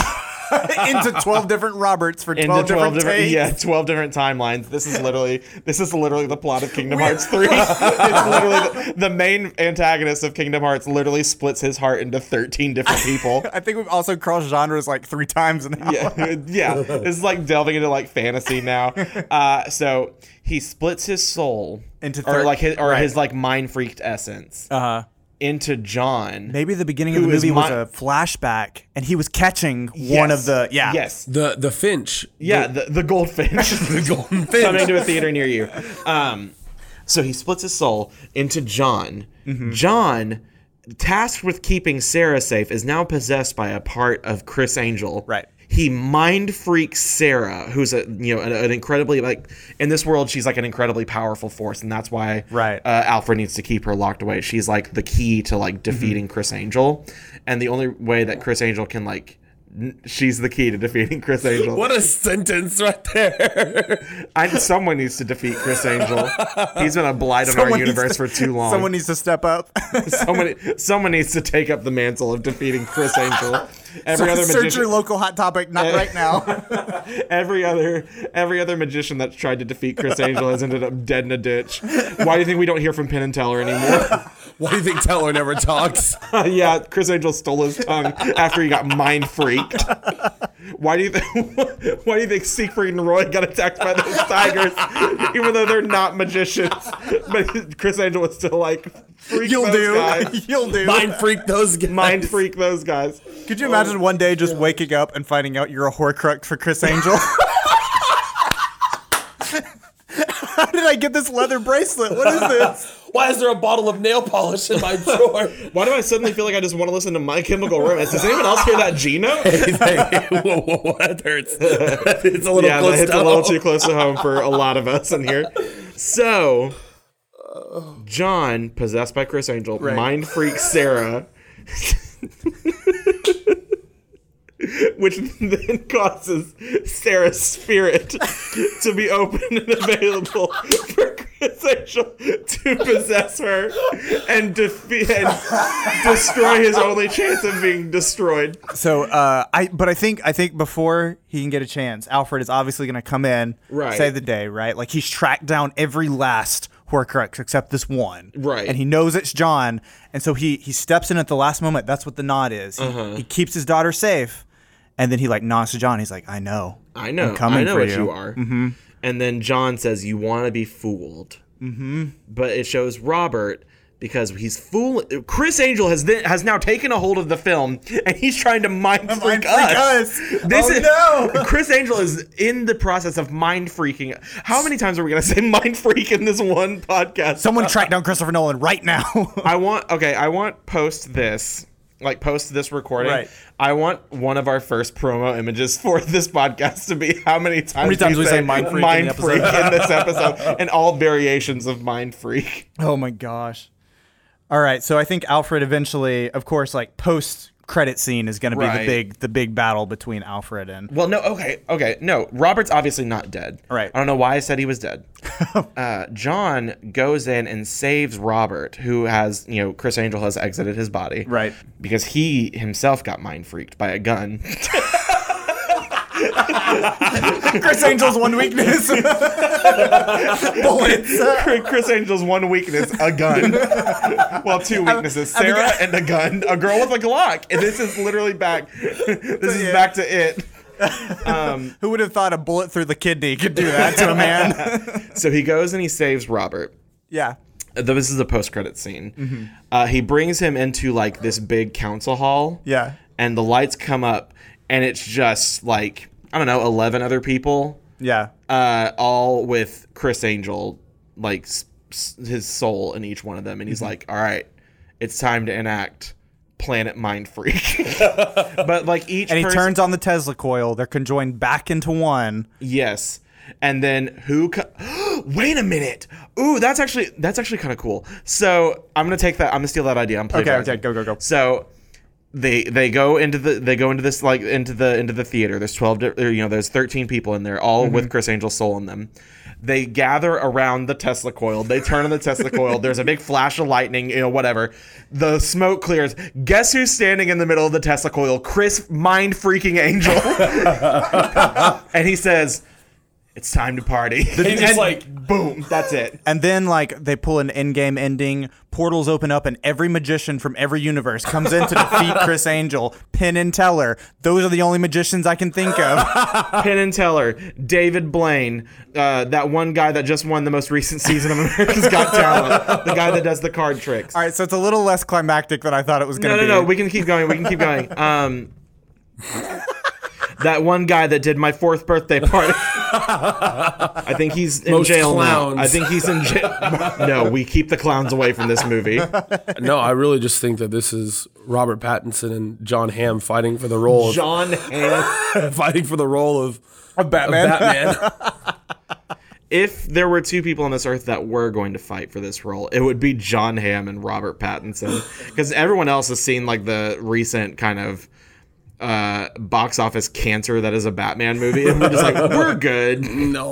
[SPEAKER 5] Into twelve different Roberts for
[SPEAKER 2] into
[SPEAKER 5] twelve, different, takes.
[SPEAKER 2] yeah, twelve different timelines. This is literally this is literally the plot of Kingdom Hearts three. it's literally the, the main antagonist of Kingdom Hearts literally splits his heart into thirteen different people.
[SPEAKER 5] I think we've also crossed genres like three times in that one.
[SPEAKER 2] yeah, yeah. This is like delving into like fantasy now. Uh, so he splits his soul
[SPEAKER 5] Into
[SPEAKER 2] or
[SPEAKER 5] thir-
[SPEAKER 2] like his, or
[SPEAKER 5] right.
[SPEAKER 2] his like mind freaked essence
[SPEAKER 5] Uh-huh.
[SPEAKER 2] into John.
[SPEAKER 5] Maybe the beginning
[SPEAKER 2] Who
[SPEAKER 5] of the
[SPEAKER 2] is
[SPEAKER 5] movie was
[SPEAKER 2] my-
[SPEAKER 5] a flashback, and he was catching one
[SPEAKER 2] Yes.
[SPEAKER 5] of the yeah.
[SPEAKER 2] Yes.
[SPEAKER 4] The the Finch.
[SPEAKER 2] Yeah, the, the goldfinch. the
[SPEAKER 4] golden
[SPEAKER 2] goldfinch. Coming to a theater near you. Um, so he splits his soul into John. John, tasked with keeping Sarah safe, is now possessed by a part of Chris Angel.
[SPEAKER 5] Right.
[SPEAKER 2] He mind freaks Sarah, who's a you know an, an incredibly like in this world she's like an incredibly powerful force, and that's why
[SPEAKER 5] Right.
[SPEAKER 2] uh, Alfred needs to keep her locked away. She's like the key to like defeating Chris Angel, and the only way that Chris Angel can like n- she's the key to defeating Chris Angel.
[SPEAKER 4] What a sentence right there.
[SPEAKER 2] I, someone needs to defeat Chris Angel. He's been a blight on our
[SPEAKER 5] Someone needs
[SPEAKER 2] universe for
[SPEAKER 5] to-
[SPEAKER 2] too long.
[SPEAKER 5] Someone needs to step up.
[SPEAKER 2] someone, someone needs to take up the mantle of defeating Chris Angel. Every other
[SPEAKER 5] Search your
[SPEAKER 2] magician,
[SPEAKER 5] local hot topic, not right now.
[SPEAKER 2] every other, every other magician that's tried to defeat Chris Angel has ended up dead in a ditch. Why do you think we don't hear from Penn and Teller anymore?
[SPEAKER 4] Why do you think Teller never talks?
[SPEAKER 2] yeah, Chris Angel stole his tongue after he got mind freaked. Why do you th- why do you think Siegfried and Roy got attacked by those tigers, even though they're not magicians? But Chris Angel was still like, freak
[SPEAKER 5] You'll
[SPEAKER 2] those
[SPEAKER 5] do.
[SPEAKER 2] guys.
[SPEAKER 5] You'll do.
[SPEAKER 4] Mind freak those guys.
[SPEAKER 2] mind freak those guys.
[SPEAKER 5] Could you imagine one day just waking up and finding out you're a Horcrux for Chris Angel? How did I get this leather bracelet? What is this?
[SPEAKER 4] Why is there a bottle of nail polish in my drawer?
[SPEAKER 2] Why do I suddenly feel like I just want to listen to My Chemical Romance? Does anyone else hear that Gino?
[SPEAKER 4] whoa, whoa, whoa, that hurts. it's a little
[SPEAKER 2] yeah, that
[SPEAKER 4] close
[SPEAKER 2] hits
[SPEAKER 4] to
[SPEAKER 2] a little
[SPEAKER 4] home.
[SPEAKER 2] too close to home for a lot of us in here. So, John, possessed by Chris Angel, mind freak Sarah, which then causes Sarah's spirit to be open and available for Chris Angel to possess her and, defeat and destroy his only chance of being destroyed.
[SPEAKER 5] So, uh, I but I think I think before he can get a chance, Alfred is obviously going to come in,
[SPEAKER 2] Right.
[SPEAKER 5] save the day, right? Like he's tracked down every last Horcrux except this one,
[SPEAKER 2] Right.
[SPEAKER 5] And he knows it's John,
[SPEAKER 2] Uh-huh.
[SPEAKER 5] and so he he steps in at the last moment. That's what the nod is. He, he keeps his daughter safe, And then he like nods to John. He's like, I know.
[SPEAKER 2] I know.
[SPEAKER 5] coming
[SPEAKER 2] I know
[SPEAKER 5] for
[SPEAKER 2] what
[SPEAKER 5] you.
[SPEAKER 2] you, are. Mm-hmm. And then John says, "You want to be fooled." Mm-hmm. But it shows Robert because he's fool. Chris Angel has then, has now taken a hold of the film, and he's trying to mind freak,
[SPEAKER 5] freak
[SPEAKER 2] us.
[SPEAKER 5] us.
[SPEAKER 2] This
[SPEAKER 5] Oh,
[SPEAKER 2] is
[SPEAKER 5] no.
[SPEAKER 2] Chris Angel is in the process of mind freaking. How many times are we gonna say mind freak in this one podcast?
[SPEAKER 5] Someone track down Christopher Nolan right now.
[SPEAKER 2] I want okay. I want post this, like post this recording.
[SPEAKER 5] Right.
[SPEAKER 2] I want one of our first promo images for this podcast to be how many times,
[SPEAKER 8] times we say mind freak in the episode?
[SPEAKER 2] freak in this episode, and all variations of mind freak.
[SPEAKER 5] oh my gosh. All right, so I think Alfred eventually, of course, like post credit scene is going to be
[SPEAKER 2] Right.
[SPEAKER 5] the big the big battle between Alfred and
[SPEAKER 2] Well, no, okay, okay, no. Robert's obviously not dead.
[SPEAKER 5] Right.
[SPEAKER 2] I don't know why I said he was dead. uh, John goes in and saves Robert, who has you know Chris Angel has exited his body.
[SPEAKER 5] Right.
[SPEAKER 2] Because he himself got mind freaked by a gun.
[SPEAKER 5] Chris Angel's one weakness. Bullets.
[SPEAKER 2] Chris Angel's one weakness, a gun. well, two weaknesses,
[SPEAKER 5] I mean,
[SPEAKER 2] Sarah and a gun. A girl with a Glock. And this is literally back. This is back to it.
[SPEAKER 5] Who would have thought a bullet through the kidney could do that to a man?
[SPEAKER 2] So he goes and he saves Robert.
[SPEAKER 5] yeah.
[SPEAKER 2] This is a post-credit scene. Uh, he brings him into like this big council hall.
[SPEAKER 5] Yeah.
[SPEAKER 2] And the lights come up, and it's just like I don't know, eleven other people,
[SPEAKER 5] Yeah.
[SPEAKER 2] uh, all with Chris Angel, like s- s- his soul in each one of them, and he's
[SPEAKER 5] Mm-hmm.
[SPEAKER 2] like, "All right, it's time to enact Planet Mind Freak." but like each
[SPEAKER 5] and he
[SPEAKER 2] person-
[SPEAKER 5] turns on the Tesla coil. They're conjoined back into one.
[SPEAKER 2] Yes. And then who? Co- Wait a minute. Ooh, that's actually that's actually kind of cool. So I'm gonna take that. I'm gonna steal that idea. I'm plagiarizing.
[SPEAKER 5] okay, go, go, go.
[SPEAKER 2] So they they go into the they go into this like into the into the theater. There's twelve di- or, you know there's thirteen people in there, all with
[SPEAKER 5] Mm-hmm.
[SPEAKER 2] Chris Angel's soul in them. They gather around the Tesla coil. They turn on the Tesla coil. There's a big flash of lightning, you know, whatever. The smoke clears. Guess who's standing in the middle of the Tesla coil? Chris, mind freaking angel. and he says, "It's time to party."
[SPEAKER 8] he's just like-
[SPEAKER 2] boom, that's it.
[SPEAKER 5] And then, like, they pull an end game ending. Portals open up, and every magician from every universe comes in to defeat Chris Angel, Penn and Teller. Those are the only magicians I can think of.
[SPEAKER 2] Penn and Teller, David Blaine, uh, that one guy that just won the most recent season of America's Got Talent, the guy that does the card tricks.
[SPEAKER 5] All right, so it's a little less climactic than I thought it was
[SPEAKER 2] no,
[SPEAKER 5] going
[SPEAKER 2] no,
[SPEAKER 5] to
[SPEAKER 2] no.
[SPEAKER 5] be.
[SPEAKER 2] We can keep going. We can keep going. Um, that one guy that did my fourth birthday party. I think he's in
[SPEAKER 4] Most
[SPEAKER 2] jail
[SPEAKER 4] clowns.
[SPEAKER 2] now. I think he's in jail. No, we keep the clowns away from this movie.
[SPEAKER 4] No, I really just think that this is Robert Pattinson and John Hamm fighting for the role of
[SPEAKER 2] John Hamm.
[SPEAKER 4] fighting for the role of, of Batman.
[SPEAKER 2] if there were two people on this earth that were going to fight for this role, it would be John Hamm and Robert Pattinson because everyone else has seen like the recent kind of uh, box office cancer that is a Batman movie, and we're just like, we're good.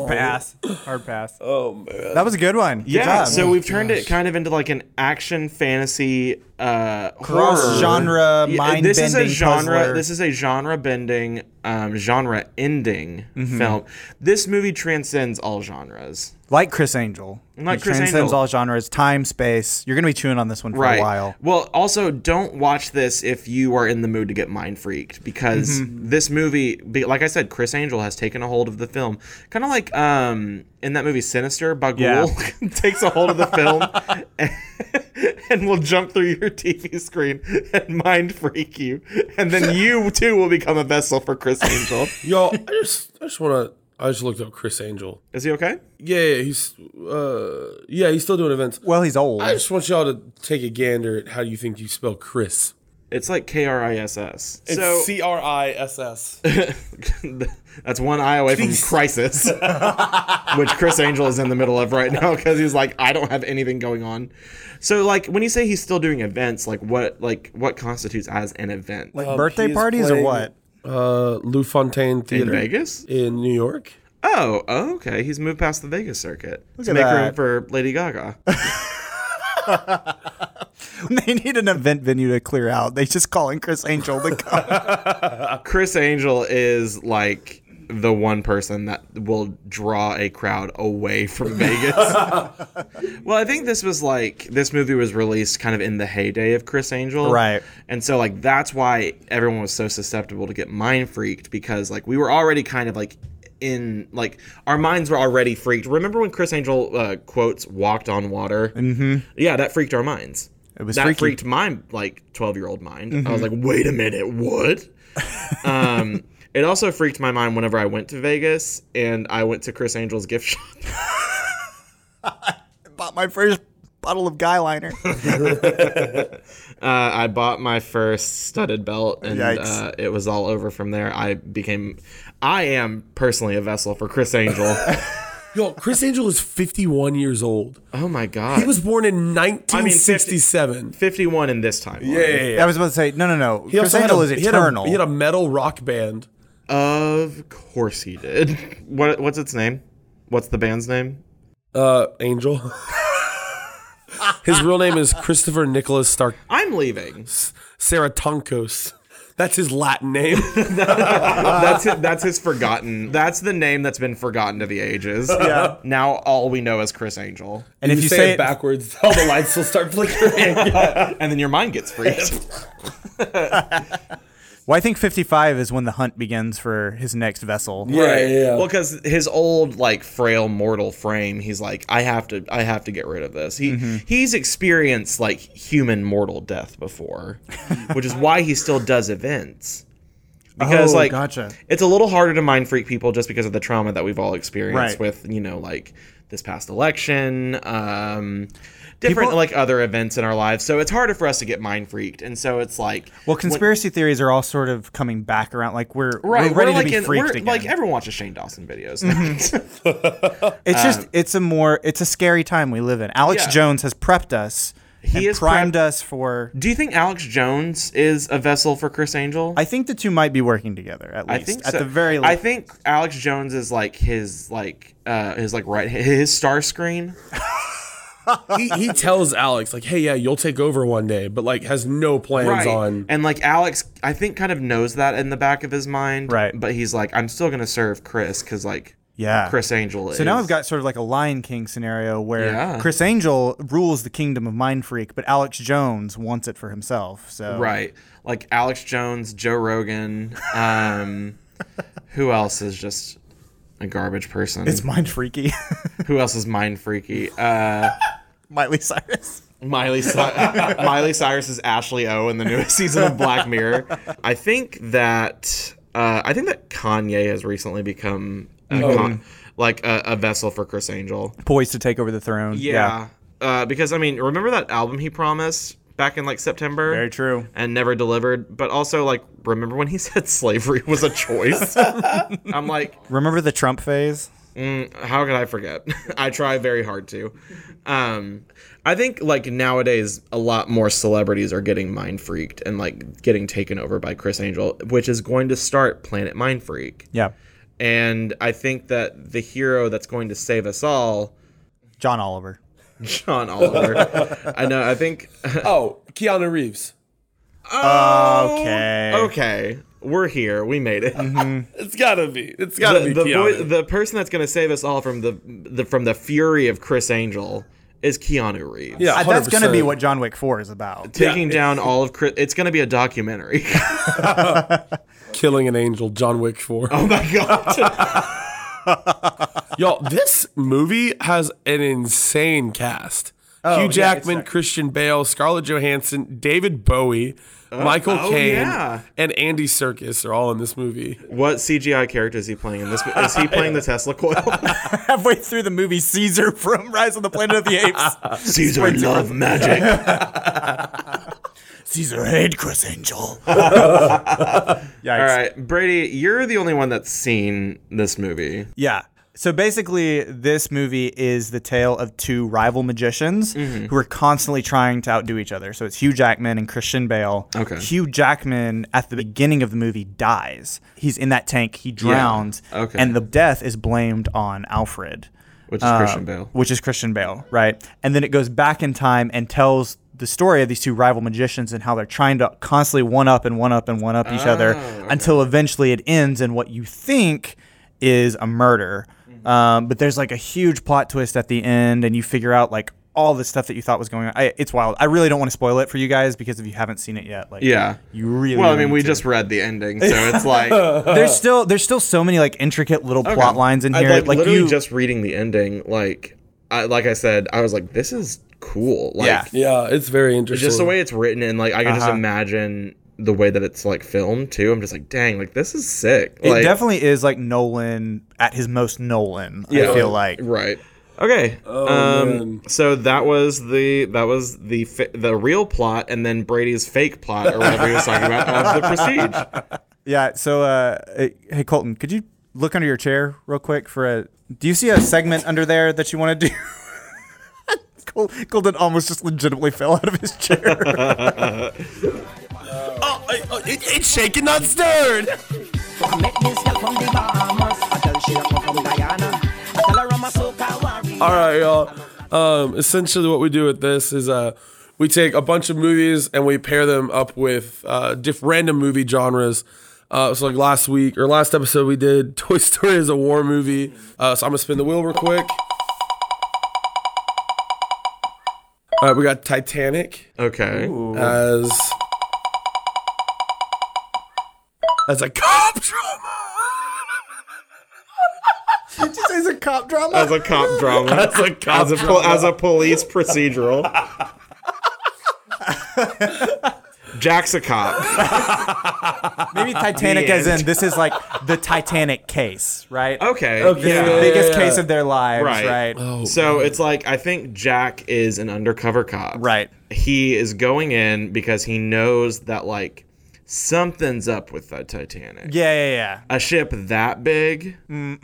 [SPEAKER 5] pass. Hard pass. Oh, man. That was a good one. Good
[SPEAKER 2] yeah,
[SPEAKER 5] job. Oh
[SPEAKER 2] so we've turned it kind of into like an action fantasy uh, horror.
[SPEAKER 5] genre,
[SPEAKER 2] Yeah, this is a
[SPEAKER 5] mind-bending
[SPEAKER 2] genre.
[SPEAKER 5] puzzler. Mm-hmm.
[SPEAKER 2] This is a genre bending, um, genre ending film. This movie transcends all genres.
[SPEAKER 5] like Chris Angel.
[SPEAKER 2] Like
[SPEAKER 5] He
[SPEAKER 2] Chris
[SPEAKER 5] transcends
[SPEAKER 2] Angel.
[SPEAKER 5] all genres, time, space. You're going to be chewing on this one for
[SPEAKER 2] right.
[SPEAKER 5] a while.
[SPEAKER 2] Well, also don't watch this if you are in the mood to get mind freaked because
[SPEAKER 5] Mm-hmm.
[SPEAKER 2] this movie, be- like I said, Chris Angel has taken a hold of the film, kind of like um in that movie Sinister, Bagul takes a hold of the film and, and will jump through your TV screen and mind freak you, and then you too will become a vessel for Chris Angel.
[SPEAKER 4] Yo, I just I just want to. I just looked up Chris Angel.
[SPEAKER 2] Is he okay?
[SPEAKER 4] Yeah, yeah, he's uh, yeah, he's still doing events.
[SPEAKER 5] Well, he's old.
[SPEAKER 4] I just want y'all to take a gander at how you think you spell Chris.
[SPEAKER 2] It's like K R I S S. So
[SPEAKER 8] It's C R I S S.
[SPEAKER 2] That's one eye away from crisis, which Chris Angel is in the middle of right now because he's like, I don't have anything going on. So, like, when you say he's still doing events, like what, like what constitutes as an event? Like
[SPEAKER 5] Birthday
[SPEAKER 8] he's
[SPEAKER 5] parties or
[SPEAKER 8] playing-
[SPEAKER 5] what?
[SPEAKER 4] Uh, Lou Fontaine
[SPEAKER 2] in
[SPEAKER 4] Theater
[SPEAKER 2] Vegas?
[SPEAKER 4] in New York.
[SPEAKER 2] Oh, oh, okay. He's moved past the Vegas circuit to
[SPEAKER 5] at
[SPEAKER 2] make room
[SPEAKER 5] that.
[SPEAKER 2] for Lady Gaga.
[SPEAKER 5] they need an event venue to clear out. They just call in Chris Angel to come.
[SPEAKER 2] Chris Angel is like the one person that will draw a crowd away from Vegas. well, I think this was like this movie was released kind of in the heyday of Chris Angel.
[SPEAKER 5] Right.
[SPEAKER 2] And so like that's why everyone was so susceptible to get mind freaked because like we were already kind of like in like our minds were already freaked. Remember when Chris Angel uh, quotes walked on water? Mm-hmm. Yeah, that freaked our minds. It Mm-hmm.
[SPEAKER 5] was
[SPEAKER 2] that
[SPEAKER 5] freaky.
[SPEAKER 2] freaked my like twelve year old mind. I was like, wait a minute, what? um, it also freaked my mind whenever I went to Vegas and I went to Chris Angel's gift shop.
[SPEAKER 5] Bought my first bottle of guy liner.
[SPEAKER 2] Uh, I bought my first studded belt, and
[SPEAKER 5] Yikes.
[SPEAKER 2] uh, it was all over from there. I became, I am personally a vessel for Chris Angel.
[SPEAKER 4] Yo, Chris Angel is 51 years old.
[SPEAKER 2] oh my god,
[SPEAKER 4] He was born in 1967.
[SPEAKER 2] 51 in this time. Yeah,
[SPEAKER 5] I was about to say, no, no, no.
[SPEAKER 4] He
[SPEAKER 5] Chris
[SPEAKER 4] also had
[SPEAKER 5] Angel
[SPEAKER 4] a-
[SPEAKER 5] is
[SPEAKER 4] he had a-
[SPEAKER 5] eternal.
[SPEAKER 4] He had, a, metal rock band.
[SPEAKER 2] of course he did. What what's its name? What's the band's name?
[SPEAKER 4] Uh, Angel. his real name is Christopher Nicholas Stark
[SPEAKER 2] I'm leaving.
[SPEAKER 4] Saratonkos. That's his Latin name.
[SPEAKER 2] that's his, that's his forgotten. That's the name that's been forgotten to the ages. Yeah. Now all we know is Chris Angel,
[SPEAKER 5] and if you, say, it
[SPEAKER 4] backwards, all the lights will start flickering.
[SPEAKER 2] and then your mind gets freaked.
[SPEAKER 5] well, I think 55 is when the hunt begins for his next vessel.
[SPEAKER 4] yeah, yeah.
[SPEAKER 2] Well, because his old like frail mortal frame, he's like, I have to, I have to get rid of this. He
[SPEAKER 4] Mm-hmm.
[SPEAKER 2] he's experienced like human mortal death before, which is why he still does events. Because
[SPEAKER 5] Oh,
[SPEAKER 2] like,
[SPEAKER 5] gotcha.
[SPEAKER 2] it's a little harder to mind freak people just because of the trauma that we've all experienced
[SPEAKER 5] Right.
[SPEAKER 2] with you know like this past election, um, different
[SPEAKER 5] People-
[SPEAKER 2] like other events in our lives. So it's harder for us to get mind freaked, and so it's like
[SPEAKER 5] Well,
[SPEAKER 2] when-
[SPEAKER 5] conspiracy theories are all sort of coming back around. Like we're,
[SPEAKER 2] Right,
[SPEAKER 5] we're ready
[SPEAKER 2] like
[SPEAKER 5] to be
[SPEAKER 2] in-
[SPEAKER 5] freaked
[SPEAKER 2] we're-
[SPEAKER 5] again. Mm-hmm.
[SPEAKER 2] Like everyone watches Shane Dawson videos.
[SPEAKER 5] it's just it's a more it's a scary time we live in. Alex
[SPEAKER 2] Um, Yeah.
[SPEAKER 5] Jones has prepped us.
[SPEAKER 2] has
[SPEAKER 5] He has primed
[SPEAKER 2] prepped-
[SPEAKER 5] us for.
[SPEAKER 2] Do you think Alex Jones is a vessel for Chris Angel?
[SPEAKER 5] I think the two might be working together at
[SPEAKER 2] I
[SPEAKER 5] least. at the very least.
[SPEAKER 2] I think Alex Jones is like his like uh his like right his star screen.
[SPEAKER 4] he, he tells Alex like, "Hey, yeah, you'll take over one day," but like has no plans on.
[SPEAKER 2] And like Alex I think kind of knows that in the back of his mind.
[SPEAKER 5] Right.
[SPEAKER 2] But he's like, I'm still gonna serve Chris because like
[SPEAKER 5] Yeah.
[SPEAKER 2] Chris Angel is
[SPEAKER 5] So now I've got sort of like a Lion King scenario where
[SPEAKER 2] Yeah.
[SPEAKER 5] Chris Angel rules the kingdom of Mind Freak, but Alex Jones wants it for himself. So
[SPEAKER 2] Right. Like Alex Jones, Joe Rogan, um who else is just a garbage person?
[SPEAKER 5] it's Mind Freaky,
[SPEAKER 2] who else is mind freaky? Uh
[SPEAKER 5] Miley Cyrus.
[SPEAKER 2] Miley Cy- Miley Cyrus is Ashley O in the newest season of Black Mirror. I think that uh, I think that Kanye has recently become a
[SPEAKER 5] Oh.
[SPEAKER 2] con- like a, a vessel for Chris Angel.
[SPEAKER 5] Poised to take over the throne.
[SPEAKER 2] Uh, because I mean, remember that album he promised back in like September?
[SPEAKER 5] Very true.
[SPEAKER 2] And never delivered. But also, like, remember when he said slavery was a choice? I'm like,
[SPEAKER 5] Remember the Trump phase?
[SPEAKER 2] how could I forget? I try very hard to. Um, I think like nowadays a lot more celebrities are getting mind freaked and like getting taken over by Chris Angel, which is going to start Planet Mind Freak.
[SPEAKER 5] Yeah.
[SPEAKER 2] And I think that the hero that's going to save us all,
[SPEAKER 5] John Oliver.
[SPEAKER 2] John Oliver. I know. I think.
[SPEAKER 4] Oh, Keanu Reeves.
[SPEAKER 5] Okay.
[SPEAKER 2] Oh, Okay, we're here. We made it.
[SPEAKER 8] It's gotta be. It's gotta
[SPEAKER 2] the,
[SPEAKER 8] be
[SPEAKER 2] the,
[SPEAKER 8] Keanu.
[SPEAKER 2] voi- the person that's going to save us all from the, the from the fury of Chris Angel is Keanu Reeves.
[SPEAKER 4] Yeah,
[SPEAKER 5] Uh, That's going to be
[SPEAKER 4] 100%.
[SPEAKER 5] what John Wick 4 is about.
[SPEAKER 2] taking down all of Chris. It's going to be a documentary.
[SPEAKER 4] killing an angel. John Wick Four.
[SPEAKER 2] oh my god!
[SPEAKER 4] Y'all, this movie has an insane cast.
[SPEAKER 2] Oh,
[SPEAKER 4] Hugh
[SPEAKER 5] it's
[SPEAKER 4] Jackman, Christian Bale, Scarlett Johansson, David Bowie, Michael
[SPEAKER 2] oh,
[SPEAKER 4] Caine,
[SPEAKER 2] yeah.
[SPEAKER 4] and Andy Serkis are all in this movie.
[SPEAKER 2] what CGI character is he playing in this? Is he playing the Tesla coil?
[SPEAKER 5] Halfway through the movie, Caesar from Rise of the Planet of the Apes.
[SPEAKER 2] Caesar love magic.
[SPEAKER 5] Caesar hated Chris Angel. Yikes.
[SPEAKER 2] All right, Brady, you're the only one that's seen this movie.
[SPEAKER 5] Yeah. So basically, this movie is the tale of two rival magicians
[SPEAKER 2] Mm-hmm.
[SPEAKER 5] who are constantly trying to outdo each other. So it's Hugh Jackman and Christian Bale.
[SPEAKER 2] Okay.
[SPEAKER 5] Hugh Jackman, at the beginning of the movie, dies. He's in that tank, he drowns,
[SPEAKER 2] Okay.
[SPEAKER 5] and the death is blamed on Alfred.
[SPEAKER 2] Which is
[SPEAKER 5] Um,
[SPEAKER 2] Christian Bale.
[SPEAKER 5] Which is Christian Bale, right? And then it goes back in time and tells the story of these two rival magicians and how they're trying to
[SPEAKER 2] Ah,
[SPEAKER 5] constantly one up and one up and one up each other until eventually it ends in what you think is a murder.
[SPEAKER 2] Mm-hmm.
[SPEAKER 5] Um, but there's like a huge plot twist at the end, and you figure out like all the stuff that you thought was going on. I, it's wild. I really don't want to spoil it for you guys because if you haven't seen it yet, like
[SPEAKER 2] Yeah.
[SPEAKER 5] you really.
[SPEAKER 2] Well, I mean,
[SPEAKER 5] need
[SPEAKER 2] we
[SPEAKER 5] to.
[SPEAKER 2] just read the ending, so it's like plot
[SPEAKER 5] there's still there's still so many like intricate little plot lines in here.
[SPEAKER 2] like,
[SPEAKER 5] like
[SPEAKER 2] literally
[SPEAKER 5] you
[SPEAKER 2] just reading the ending, like I like I said, I was like, this is cool. Like
[SPEAKER 5] Yeah.
[SPEAKER 4] Yeah, it's very interesting.
[SPEAKER 2] just the way it's written and like I can just imagine the way that it's like filmed too. I'm just like, dang, like this is sick.
[SPEAKER 5] It
[SPEAKER 2] like,
[SPEAKER 5] definitely is like Nolan at his most Nolan. I feel like
[SPEAKER 2] Right. Okay. um, so that was the that was the fi- the real plot, and then Brady's fake plot, or whatever he was talking about, of the Prestige.
[SPEAKER 5] yeah. So uh, hey Colton, could you look under your chair real quick for a? Do you see a segment under there that you want to do? Col- Colton almost just legitimately fell out of his chair.
[SPEAKER 7] Oh, I- oh, it, it's shaken, not stirred.
[SPEAKER 1] Make this girl from the Bahamas. I tell she a come from Guyana. I tell her I'm a soca warrior.
[SPEAKER 4] All right, y'all. Um, essentially, what we do with this is uh, we take a bunch of movies and we pair them up with uh, diff- random movie genres. Uh, so, like last week or last episode, we did Toy Story is a war movie. Uh, so, I'm gonna spin the wheel real quick. All right, we got Titanic
[SPEAKER 2] Okay.
[SPEAKER 4] as as a cop drama.
[SPEAKER 5] It's a cop drama.
[SPEAKER 2] As a cop drama, as a cop as a, pol- as a police procedural. Jack's a cop.
[SPEAKER 5] Maybe Titanic, as in this is like the Titanic case, right?
[SPEAKER 2] Okay.
[SPEAKER 5] It's the
[SPEAKER 2] Yeah.
[SPEAKER 5] biggest case of their lives,
[SPEAKER 2] Right. Oh,
[SPEAKER 5] right?
[SPEAKER 2] So it's like I think Jack is an undercover cop.
[SPEAKER 5] Right.
[SPEAKER 2] He is going in because he knows that like something's up with the Titanic.
[SPEAKER 5] Yeah, yeah, yeah.
[SPEAKER 2] A ship that big? Mm-mm.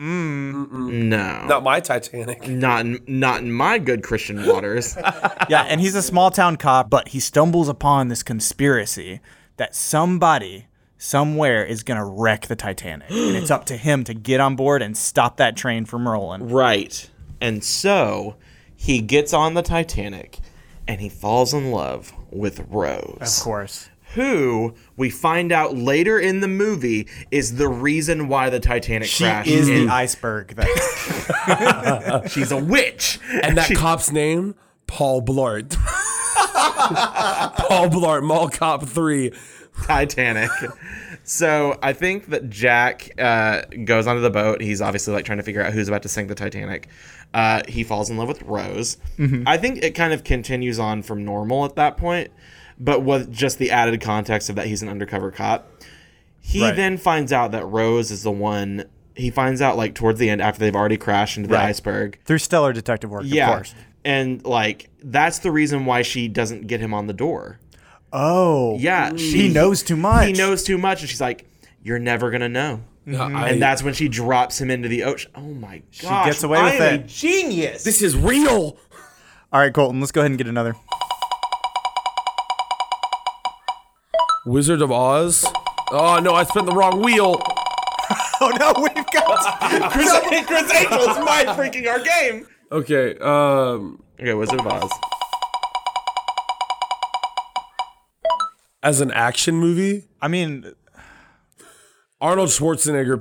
[SPEAKER 2] No.
[SPEAKER 4] Not my Titanic.
[SPEAKER 2] Not in, not in my good Christian waters.
[SPEAKER 5] Yeah, and he's a small town cop, but he stumbles upon this conspiracy that somebody somewhere is going to wreck the Titanic. and it's up to him to get on board and stop that train from rolling.
[SPEAKER 2] right. And so he gets on the Titanic and he falls in love with Rose.
[SPEAKER 5] course.
[SPEAKER 2] who we find out later in the movie is the reason why the Titanic
[SPEAKER 5] She
[SPEAKER 2] crashed.
[SPEAKER 5] is the
[SPEAKER 2] and
[SPEAKER 5] iceberg. That,
[SPEAKER 2] she's a witch.
[SPEAKER 4] And that cop's name, Paul Blart. Paul Blart, Mall Cop 3.
[SPEAKER 2] Titanic. So I think that Jack uh, goes onto the boat. He's obviously like trying to figure out who's about to sink the Titanic. Uh, he falls in love with Rose.
[SPEAKER 5] Mm-hmm.
[SPEAKER 2] I think it kind of continues on from normal at that point, but with just the added context of that he's an undercover cop. He
[SPEAKER 5] Right.
[SPEAKER 2] then finds out that Rose is the one. He finds out like towards the end after they've already crashed into the iceberg.
[SPEAKER 5] through stellar detective work,
[SPEAKER 2] Yeah.
[SPEAKER 5] of course.
[SPEAKER 2] And like that's the reason why she doesn't get him on the door.
[SPEAKER 5] Oh.
[SPEAKER 2] Yeah, she
[SPEAKER 5] He knows too much.
[SPEAKER 2] He knows too much, and she's like, "You're never gonna know."
[SPEAKER 4] I-
[SPEAKER 2] and that's when she drops him into the ocean. Oh my god! She
[SPEAKER 5] gets away with
[SPEAKER 2] I'm A
[SPEAKER 5] it.
[SPEAKER 2] genius.
[SPEAKER 4] This is real.
[SPEAKER 5] All right, Colton, let's go ahead and get another.
[SPEAKER 4] Wizard of Oz. Oh no, I spent the wrong wheel.
[SPEAKER 5] Oh, no, we've got.
[SPEAKER 2] Chris, Chris Angel is mind freaking our game.
[SPEAKER 4] Okay, um
[SPEAKER 2] Okay, Wizard of Oz.
[SPEAKER 4] as an action movie,
[SPEAKER 5] I mean,
[SPEAKER 4] Arnold Schwarzenegger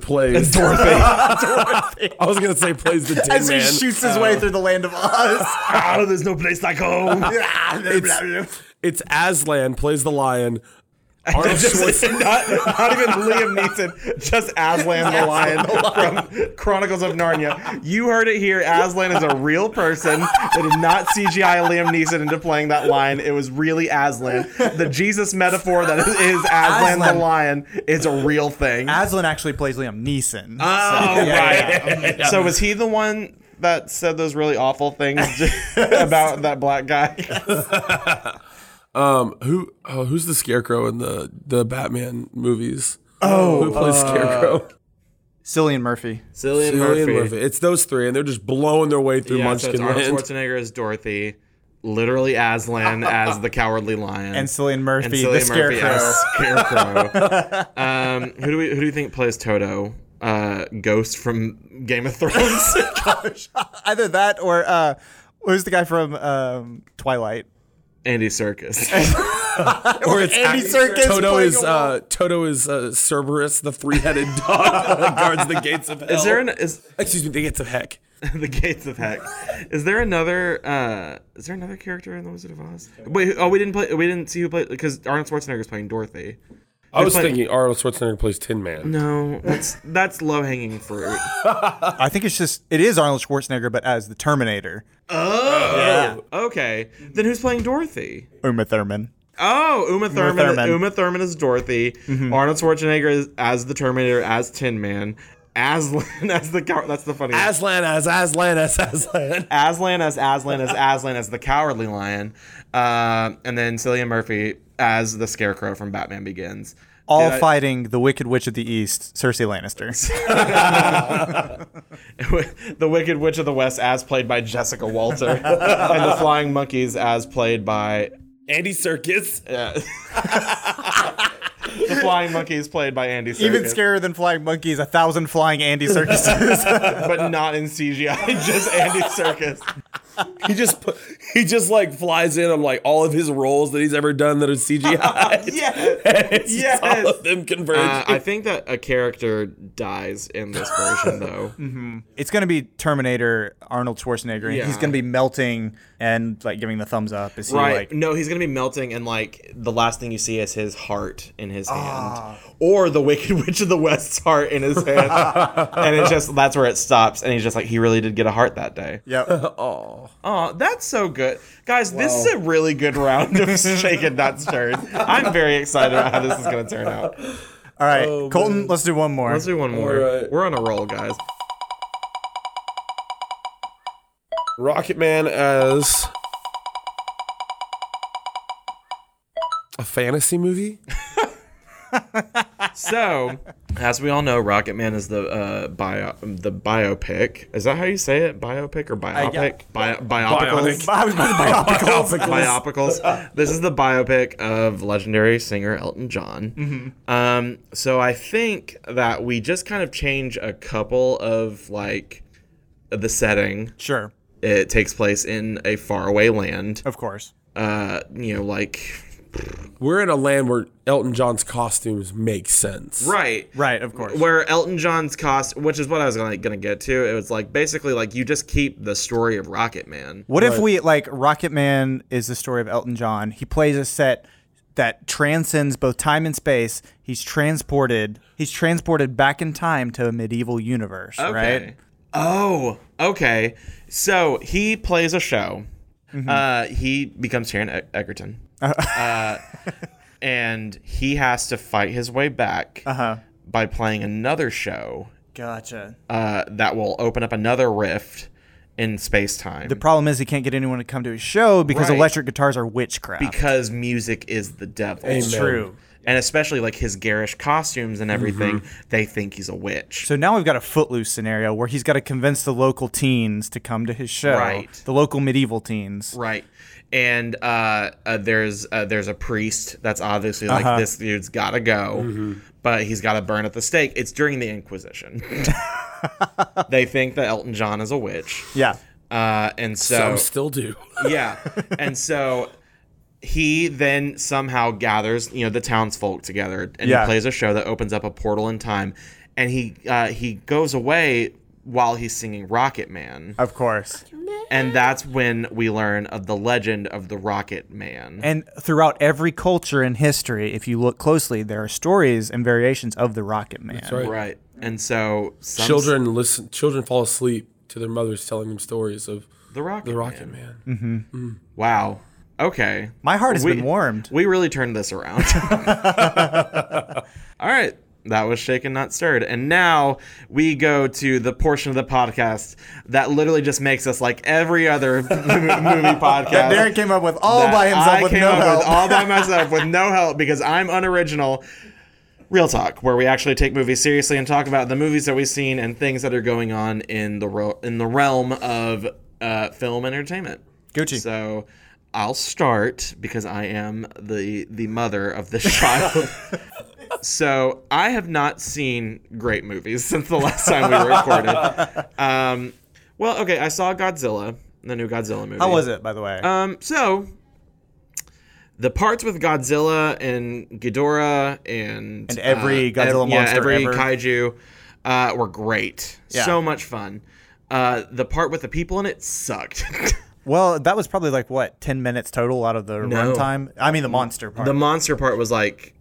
[SPEAKER 4] plays Dorothy. I was gonna say plays the Tin
[SPEAKER 5] as
[SPEAKER 4] Man.
[SPEAKER 5] he shoots his way through the land of Oz.
[SPEAKER 2] Oh, there's no place like home.
[SPEAKER 4] it's, it's Aslan plays the lion. Arnold
[SPEAKER 2] Just,
[SPEAKER 4] Schwarzenegger.
[SPEAKER 2] not, not even Liam Neeson, just Aslan the Lion from Chronicles of Narnia. You heard it here. Aslan is a real person. They did not CGI Liam Neeson into playing that lion. It was really Aslan. The Jesus metaphor that is Aslan,
[SPEAKER 5] Aslan.
[SPEAKER 2] the Lion is a real thing.
[SPEAKER 5] Aslan actually plays Liam Neeson.
[SPEAKER 2] Oh, right. So was he the one that said those really awful things about that black guy?
[SPEAKER 4] Who oh, who's the scarecrow in the the Batman movies? Oh who plays Scarecrow?
[SPEAKER 5] Cillian Murphy.
[SPEAKER 2] Cillian
[SPEAKER 4] Cillian Murphy. It's those three, and they're just blowing their way through
[SPEAKER 2] Yeah, so
[SPEAKER 4] Munchkin
[SPEAKER 2] it's Arnold
[SPEAKER 4] Land.
[SPEAKER 2] Schwarzenegger as Dorothy, literally Aslan as the Cowardly Lion,
[SPEAKER 5] And Cillian Murphy,
[SPEAKER 2] and
[SPEAKER 5] the
[SPEAKER 2] Cillian Murphy
[SPEAKER 5] scarecrow.
[SPEAKER 2] as Scarecrow. um, who do we who do you think plays Toto? Uh, Ghost from Game of Thrones.
[SPEAKER 5] Either that or uh, who's the guy from um, Twilight?
[SPEAKER 2] Andy Circus.
[SPEAKER 4] or it's
[SPEAKER 7] Andy
[SPEAKER 4] act-
[SPEAKER 7] Serkis
[SPEAKER 4] Toto
[SPEAKER 7] playing
[SPEAKER 4] is
[SPEAKER 7] a
[SPEAKER 4] uh, Toto is uh, Cerberus, the three-headed dog that guards the gates of hell.
[SPEAKER 2] Is there an is
[SPEAKER 4] Excuse me, the gates of heck.
[SPEAKER 2] the gates of heck? Is there another uh is there another character in The Wizard of Oz? Wait, who- oh we didn't play we didn't see who played because Arnold Schwarzenegger is playing Dorothy.
[SPEAKER 4] I was
[SPEAKER 2] It's like-
[SPEAKER 4] thinking Arnold Schwarzenegger plays Tin Man.
[SPEAKER 2] No, that's that's low hanging fruit.
[SPEAKER 5] I think it's just it is Arnold Schwarzenegger, but as the Terminator,
[SPEAKER 2] Oh. Okay, then who's playing Dorothy?
[SPEAKER 5] Uma Thurman.
[SPEAKER 2] Oh, Uma Thurman. Uma
[SPEAKER 5] Thurman.
[SPEAKER 2] Thurman, is Dorothy. Arnold Schwarzenegger is as the Terminator, as Tin Man, Aslan as the cow- that's the funny. one.
[SPEAKER 4] Aslan as Aslan as Aslan.
[SPEAKER 2] Aslan as Aslan as Aslan as the Cowardly Lion, uh, and then Cillian Murphy as the Scarecrow from Batman Begins.
[SPEAKER 5] All
[SPEAKER 2] I-
[SPEAKER 5] fighting the Wicked Witch of the East, Cersei Lannister.
[SPEAKER 2] the Wicked Witch of the West as played by Jessica Walter, and the Flying Monkeys as played by
[SPEAKER 8] Andy Circus.
[SPEAKER 2] the Flying Monkeys played by Andy. Serkis,
[SPEAKER 5] Even scarier than flying monkeys, a thousand flying Andy circuses.
[SPEAKER 2] but not in CGI, just Andy Circus.
[SPEAKER 8] He just put, he just like flies in on like all of his roles that he's ever done that are CGI.
[SPEAKER 2] Yes,
[SPEAKER 8] It's All of them converge.
[SPEAKER 2] Uh, I think that a character dies in this version, though.
[SPEAKER 5] it's gonna be Terminator Arnold Schwarzenegger, and he's
[SPEAKER 2] Yeah.
[SPEAKER 5] gonna be melting and like giving the thumbs up as he
[SPEAKER 2] Right.
[SPEAKER 5] like
[SPEAKER 2] no, he's gonna be melting, and like the last thing you see is his heart in his hand, or the Wicked Witch of the West's heart in his hand, and it's just that's where it stops, and he's just like, he really did get a heart that day.
[SPEAKER 5] Yep.
[SPEAKER 2] Oh, that's so good, guys! This is a really good round of shaken not stirred. I'm very excited about how this is gonna turn out.
[SPEAKER 5] All right, Colton, let's do one more.
[SPEAKER 2] Oh, Let's do one more.
[SPEAKER 4] Alright.
[SPEAKER 2] We're on a roll, guys.
[SPEAKER 4] Rocket Man as a fantasy movie.
[SPEAKER 2] So, as we all know, Rocket Man is the uh, bio the biopic. Is that how you say it? Biopic or biopic? Bio- biopicals.
[SPEAKER 5] I was about to
[SPEAKER 2] biopicals. This is the biopic of legendary singer Elton John. Um, so I think that we just kind of change a couple of like the setting.
[SPEAKER 5] Sure,
[SPEAKER 2] It takes place in a faraway land.
[SPEAKER 5] of course.
[SPEAKER 2] Uh, you know, like
[SPEAKER 4] We're in a land where Elton John's costumes make sense.
[SPEAKER 2] right,
[SPEAKER 5] Right, of course.
[SPEAKER 2] where Elton John's cost, which is what I was gonna, gonna get to, it was like basically like you just keep the story of Rocket Man.
[SPEAKER 5] What if we like Rocket Man is the story of Elton John? He plays a set that transcends both time and space. He's transported. He's transported back in time to a medieval universe, right?
[SPEAKER 2] Oh, okay. So he plays a show.
[SPEAKER 5] Mm-hmm.
[SPEAKER 2] Uh, he becomes Sharon E- Egerton. uh,
[SPEAKER 5] Uh-huh.
[SPEAKER 2] and he has to fight his way back
[SPEAKER 5] Uh-huh.
[SPEAKER 2] by playing another show
[SPEAKER 5] Gotcha.
[SPEAKER 2] uh, that will open up another rift in space time.
[SPEAKER 5] The problem is he can't get anyone to come to his show because
[SPEAKER 2] Right.
[SPEAKER 5] electric guitars are witchcraft.
[SPEAKER 2] because music is the devil.
[SPEAKER 5] True.
[SPEAKER 2] And especially like his garish costumes and everything, they think he's a witch.
[SPEAKER 5] So now we've got a footloose scenario where he's got to convince the local teens to come to his show.
[SPEAKER 2] Right.
[SPEAKER 5] The local medieval teens.
[SPEAKER 2] Right. And uh, uh, there's uh, there's a priest that's obviously like this dude's gotta go, but he's gotta burn at the stake. It's during the Inquisition. they think that Elton John is a witch,
[SPEAKER 5] Yeah.
[SPEAKER 2] uh, and so
[SPEAKER 4] Some still do.
[SPEAKER 2] yeah, and so he then somehow gathers you know the townsfolk together, and
[SPEAKER 5] Yeah.
[SPEAKER 2] he plays a show that opens up a portal in time, and he uh, he goes away while he's singing Rocket Man.
[SPEAKER 5] Of course.
[SPEAKER 2] And that's when we learn of the legend of the Rocket Man.
[SPEAKER 5] And throughout every culture in history, if you look closely, there are stories and variations of the Rocket Man. That's
[SPEAKER 4] right.
[SPEAKER 2] right. And so some
[SPEAKER 4] Children listen. Children fall asleep to their mothers telling them stories of
[SPEAKER 2] the Rocket,
[SPEAKER 4] the Rocket Man.
[SPEAKER 2] Wow. Okay.
[SPEAKER 5] My heart has been warmed.
[SPEAKER 2] We really turned this around. All right. That was shaken, not stirred. And now we go to the portion of the podcast that literally just makes us like every other movie podcast.
[SPEAKER 5] Darren came up with all
[SPEAKER 2] that
[SPEAKER 5] by himself
[SPEAKER 2] I
[SPEAKER 5] with
[SPEAKER 2] came
[SPEAKER 5] no
[SPEAKER 2] up
[SPEAKER 5] help.
[SPEAKER 2] With all by myself with no help because I'm unoriginal. Real talk, where we actually take movies seriously and talk about the movies that we've seen and things that are going on in the ro- in the realm of uh, film entertainment.
[SPEAKER 5] Gucci.
[SPEAKER 2] So I'll start because I am the the mother of this child. so I have not seen great movies since the last time we recorded. Um, well, okay, I saw Godzilla, the new Godzilla movie.
[SPEAKER 5] How was it, by the way?
[SPEAKER 2] Um, so Um, the parts with Godzilla and Ghidorah and uh,
[SPEAKER 5] And every
[SPEAKER 2] ev-
[SPEAKER 5] Godzilla
[SPEAKER 2] yeah,
[SPEAKER 5] monster
[SPEAKER 2] every
[SPEAKER 5] ever.
[SPEAKER 2] kaiju uh, were great. So much fun. Uh, the part with the people in it sucked.
[SPEAKER 5] Well, that was probably like what ten minutes total out of the runtime. I mean, the monster part.
[SPEAKER 2] the monster part was like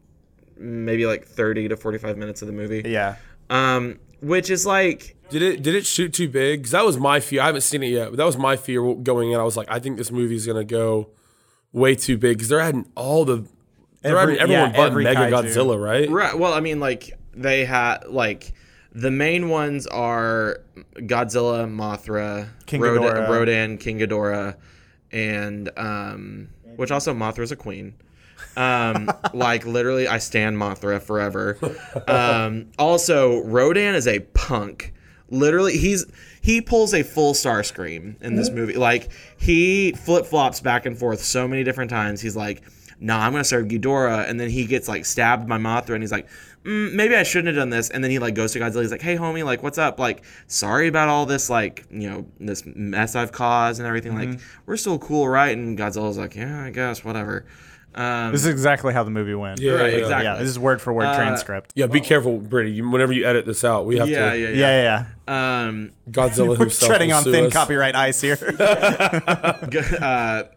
[SPEAKER 2] maybe like 30 to 45 minutes of the movie.
[SPEAKER 5] yeah,
[SPEAKER 2] Um, which is like
[SPEAKER 5] Mm.
[SPEAKER 4] Did it did it shoot too big? Because that was my fear. I haven't seen it yet, but that was my fear going in. I was like, I think this movie's gonna go way too big because they're adding all the they're
[SPEAKER 5] Every-
[SPEAKER 4] adding everyone
[SPEAKER 5] yeah,
[SPEAKER 4] but
[SPEAKER 5] every
[SPEAKER 4] Mega
[SPEAKER 5] kaiju.
[SPEAKER 4] Godzilla, right?
[SPEAKER 2] Right. Well, I mean, like they had like the main ones are Godzilla, Mothra,
[SPEAKER 5] King
[SPEAKER 2] Rodan,
[SPEAKER 5] Ghidorah.
[SPEAKER 2] Rodan, King Ghidorah, and um, which also Mothra's a queen. Um, like literally, I stand Mothra forever. Um, also, Rodan is a punk. Literally, he's he pulls a full star scream in this movie. Like he flip flops back and forth so many different times. He's like, "Nah, I'm gonna serve Ghidorah," and then he gets like stabbed by Mothra, and he's like, mm, "Maybe I shouldn't have done this." And then he like goes to Godzilla. He's like, "Hey, homie, like, what's up? Like, sorry about all this, like, you know, this mess I've caused and everything. Like, we're still cool, right?" And Godzilla's like, "Yeah, I guess, whatever." Um,
[SPEAKER 5] this is exactly how the movie went. Yeah,
[SPEAKER 2] right,
[SPEAKER 4] yeah.
[SPEAKER 2] exactly.
[SPEAKER 5] yeah. This is word for
[SPEAKER 2] Uh,
[SPEAKER 5] word transcript.
[SPEAKER 4] Yeah, be careful, Brady. You, whenever you edit this out, we have
[SPEAKER 2] yeah,
[SPEAKER 4] to
[SPEAKER 2] yeah,
[SPEAKER 5] Yeah, yeah. yeah.
[SPEAKER 2] Um,
[SPEAKER 4] Godzilla
[SPEAKER 5] We're
[SPEAKER 4] himself
[SPEAKER 5] treading
[SPEAKER 4] will
[SPEAKER 5] on
[SPEAKER 4] sue
[SPEAKER 5] thin
[SPEAKER 4] us.
[SPEAKER 5] copyright ice here.
[SPEAKER 2] uh,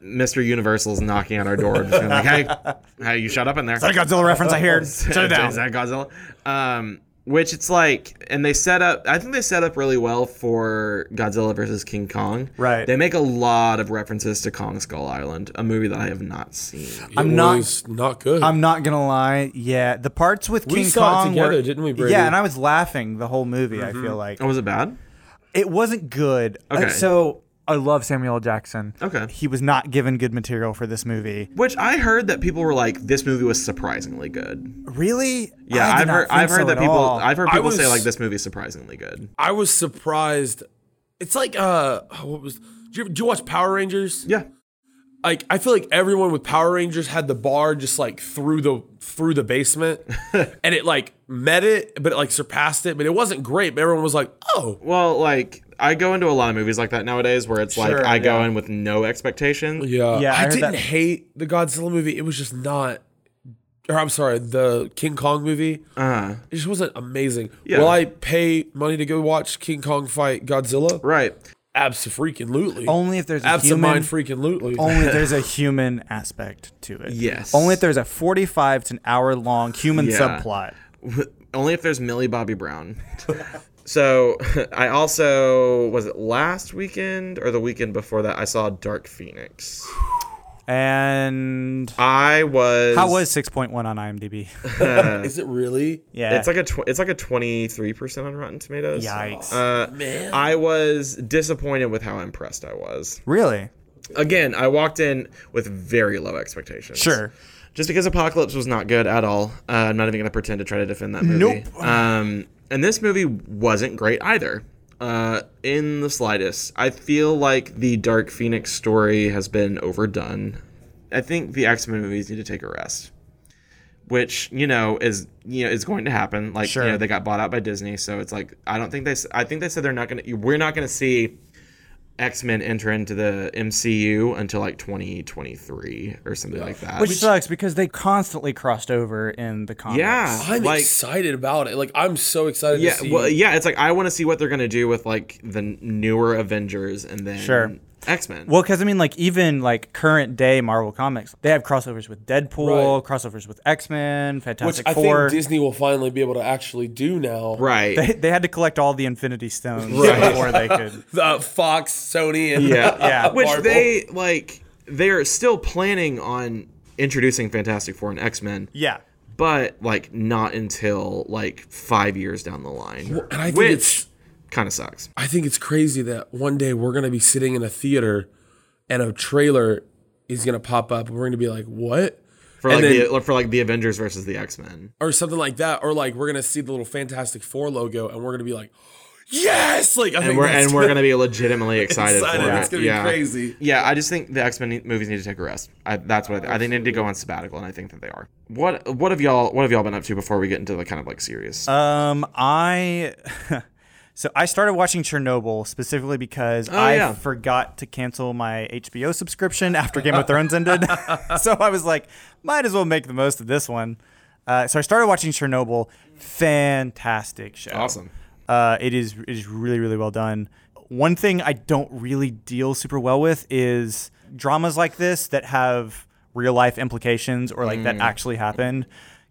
[SPEAKER 2] Mr. Universal's knocking on our door, and just being like, "Hey, hey, you shut up in there."
[SPEAKER 5] that a Godzilla reference I heard? Shut it down.
[SPEAKER 2] Is that Godzilla? Um, which it's like, and they set up. I think they set up really well for Godzilla versus King Kong.
[SPEAKER 5] Right.
[SPEAKER 2] They make a lot of references to Kong Skull Island, a movie that I have not seen.
[SPEAKER 5] I'm
[SPEAKER 4] It
[SPEAKER 5] not-
[SPEAKER 4] was not good.
[SPEAKER 5] I'm not gonna lie. Yeah, the parts with
[SPEAKER 4] We
[SPEAKER 5] King
[SPEAKER 4] saw it
[SPEAKER 5] Kong
[SPEAKER 4] together,
[SPEAKER 5] were,
[SPEAKER 4] didn't we, Brady?
[SPEAKER 5] Yeah, and I was laughing the whole movie. I feel like
[SPEAKER 2] Oh, was it bad?
[SPEAKER 5] it wasn't good. Uh,
[SPEAKER 2] Okay.
[SPEAKER 5] so I love Samuel L. Jackson.
[SPEAKER 2] Okay.
[SPEAKER 5] He was not given good material for this movie.
[SPEAKER 2] Which I heard that people were like, "This movie was surprisingly good."
[SPEAKER 5] Really?
[SPEAKER 2] Yeah,
[SPEAKER 5] I did
[SPEAKER 2] I've
[SPEAKER 5] not
[SPEAKER 2] heard.
[SPEAKER 5] think
[SPEAKER 2] I've heard
[SPEAKER 5] so
[SPEAKER 2] that
[SPEAKER 5] at
[SPEAKER 2] people.
[SPEAKER 5] all.
[SPEAKER 2] I've heard
[SPEAKER 4] I
[SPEAKER 2] people say
[SPEAKER 4] was-
[SPEAKER 2] like, "This movie's surprisingly good."
[SPEAKER 4] I was surprised. It's like uh, what was? Do you, do you watch Power Rangers?
[SPEAKER 2] Yeah.
[SPEAKER 4] Like I feel like everyone with Power Rangers had the bar just like through the through the basement, and it like met it, but it like surpassed it, but it wasn't great. But everyone was like, oh,
[SPEAKER 2] Well, like I go into a lot of movies like that nowadays, where it's like
[SPEAKER 5] Sure,
[SPEAKER 2] I go
[SPEAKER 5] yeah.
[SPEAKER 2] in with no expectation.
[SPEAKER 4] yeah,
[SPEAKER 5] Yeah, I
[SPEAKER 4] I,
[SPEAKER 5] heard
[SPEAKER 4] didn't
[SPEAKER 5] that-
[SPEAKER 4] hate the Godzilla movie. It was just not. Or I'm sorry, the King Kong movie.
[SPEAKER 2] Uh,
[SPEAKER 4] It just wasn't amazing. Will I pay money to go watch King Kong fight Godzilla?
[SPEAKER 2] right.
[SPEAKER 4] Absolutely.
[SPEAKER 5] Only if there's a
[SPEAKER 4] Absent
[SPEAKER 5] human.
[SPEAKER 4] mind freaking lootly.
[SPEAKER 5] only if there's a human aspect to it.
[SPEAKER 2] Yes.
[SPEAKER 5] Only if there's a 45 to an hour long human
[SPEAKER 2] Yeah.
[SPEAKER 5] subplot.
[SPEAKER 2] Only if there's Millie Bobby Brown. so I also was it last weekend or the weekend before that I saw Dark Phoenix.
[SPEAKER 5] And
[SPEAKER 2] I was.
[SPEAKER 5] how was 6.1 on IMDb?
[SPEAKER 4] Is it really?
[SPEAKER 5] Yeah.
[SPEAKER 2] It's like a tw- it's like a twenty three percent on Rotten Tomatoes.
[SPEAKER 5] Yikes.
[SPEAKER 2] Uh, I was disappointed with how impressed I was.
[SPEAKER 5] really?
[SPEAKER 2] Again, I walked in with very low expectations.
[SPEAKER 5] Sure.
[SPEAKER 2] just because Apocalypse was not good at all, uh, I'm not even gonna pretend to try to defend that movie. Nope. Um, and this movie wasn't great either, uh, in the slightest. I feel like the Dark Phoenix story has been overdone. I think the X Men movies need to take a rest, which you know is you know is going to happen. Like
[SPEAKER 5] Sure.
[SPEAKER 2] you know they got bought out by Disney, so it's like I don't think they. s- I think they said they're not gonna. We're not gonna see. X Men enter into the MCU until like 2023 or something like that.
[SPEAKER 5] Which sucks because they constantly crossed over in the comics.
[SPEAKER 2] Yeah,
[SPEAKER 4] I'm
[SPEAKER 2] like
[SPEAKER 4] excited about it. Like I'm so excited to
[SPEAKER 2] yeah,
[SPEAKER 4] see.
[SPEAKER 2] well, yeah. It's like I want to see what they're gonna do with like the n- newer Avengers and then
[SPEAKER 5] Sure.
[SPEAKER 2] X Men.
[SPEAKER 5] Well, because I mean, like even like current day Marvel comics, they have crossovers with Deadpool, crossovers with X Men,
[SPEAKER 4] which
[SPEAKER 5] Fantastic
[SPEAKER 4] I
[SPEAKER 5] Four.
[SPEAKER 4] think Disney will finally be able to actually do now.
[SPEAKER 2] right.
[SPEAKER 5] they, they had to collect all the Infinity Stones
[SPEAKER 2] Right.
[SPEAKER 5] before they could.
[SPEAKER 4] The Fox, Sony, and
[SPEAKER 2] yeah,
[SPEAKER 5] Yeah.
[SPEAKER 2] Which
[SPEAKER 4] Marvel.
[SPEAKER 2] they like. They're still planning on introducing Fantastic Four and X Men,
[SPEAKER 5] Yeah,
[SPEAKER 2] but like not until like five years down the line,
[SPEAKER 4] and I think
[SPEAKER 2] which
[SPEAKER 4] it's-
[SPEAKER 2] kind of sucks.
[SPEAKER 4] I think it's crazy that one day we're gonna be sitting in a theater and a trailer is gonna pop up and we're gonna be like, what?
[SPEAKER 2] For like
[SPEAKER 4] And then-
[SPEAKER 2] the for like the Avengers versus the X Men.
[SPEAKER 4] Or something like that. Or like we're gonna see the little Fantastic Four logo and we're gonna be like, Yes! Like I
[SPEAKER 2] and
[SPEAKER 4] think
[SPEAKER 2] we're
[SPEAKER 4] that's
[SPEAKER 2] and we're gonna be legitimately excited.
[SPEAKER 4] excited.
[SPEAKER 2] For it.
[SPEAKER 4] It's gonna be
[SPEAKER 2] yeah.
[SPEAKER 4] crazy.
[SPEAKER 2] Yeah, I just think the X Men movies need to take a rest. I, that's what I, think. I think they need to go on sabbatical, and I think that they are. What Uh, What have y'all What have y'all been up to before we get into the kind of like serious?
[SPEAKER 5] Um, I Um, So I started watching Chernobyl specifically because I
[SPEAKER 2] Oh, yeah.
[SPEAKER 5] forgot to cancel my HBO subscription after Game of Thrones ended. so I was like, might as well make the most of this one. Uh, so I started watching Chernobyl. Fantastic show.
[SPEAKER 2] Awesome.
[SPEAKER 5] Uh, it is it is really really well done. One thing I don't really deal super well with is dramas like this that have real life implications or like that
[SPEAKER 2] Mm.
[SPEAKER 5] actually happened.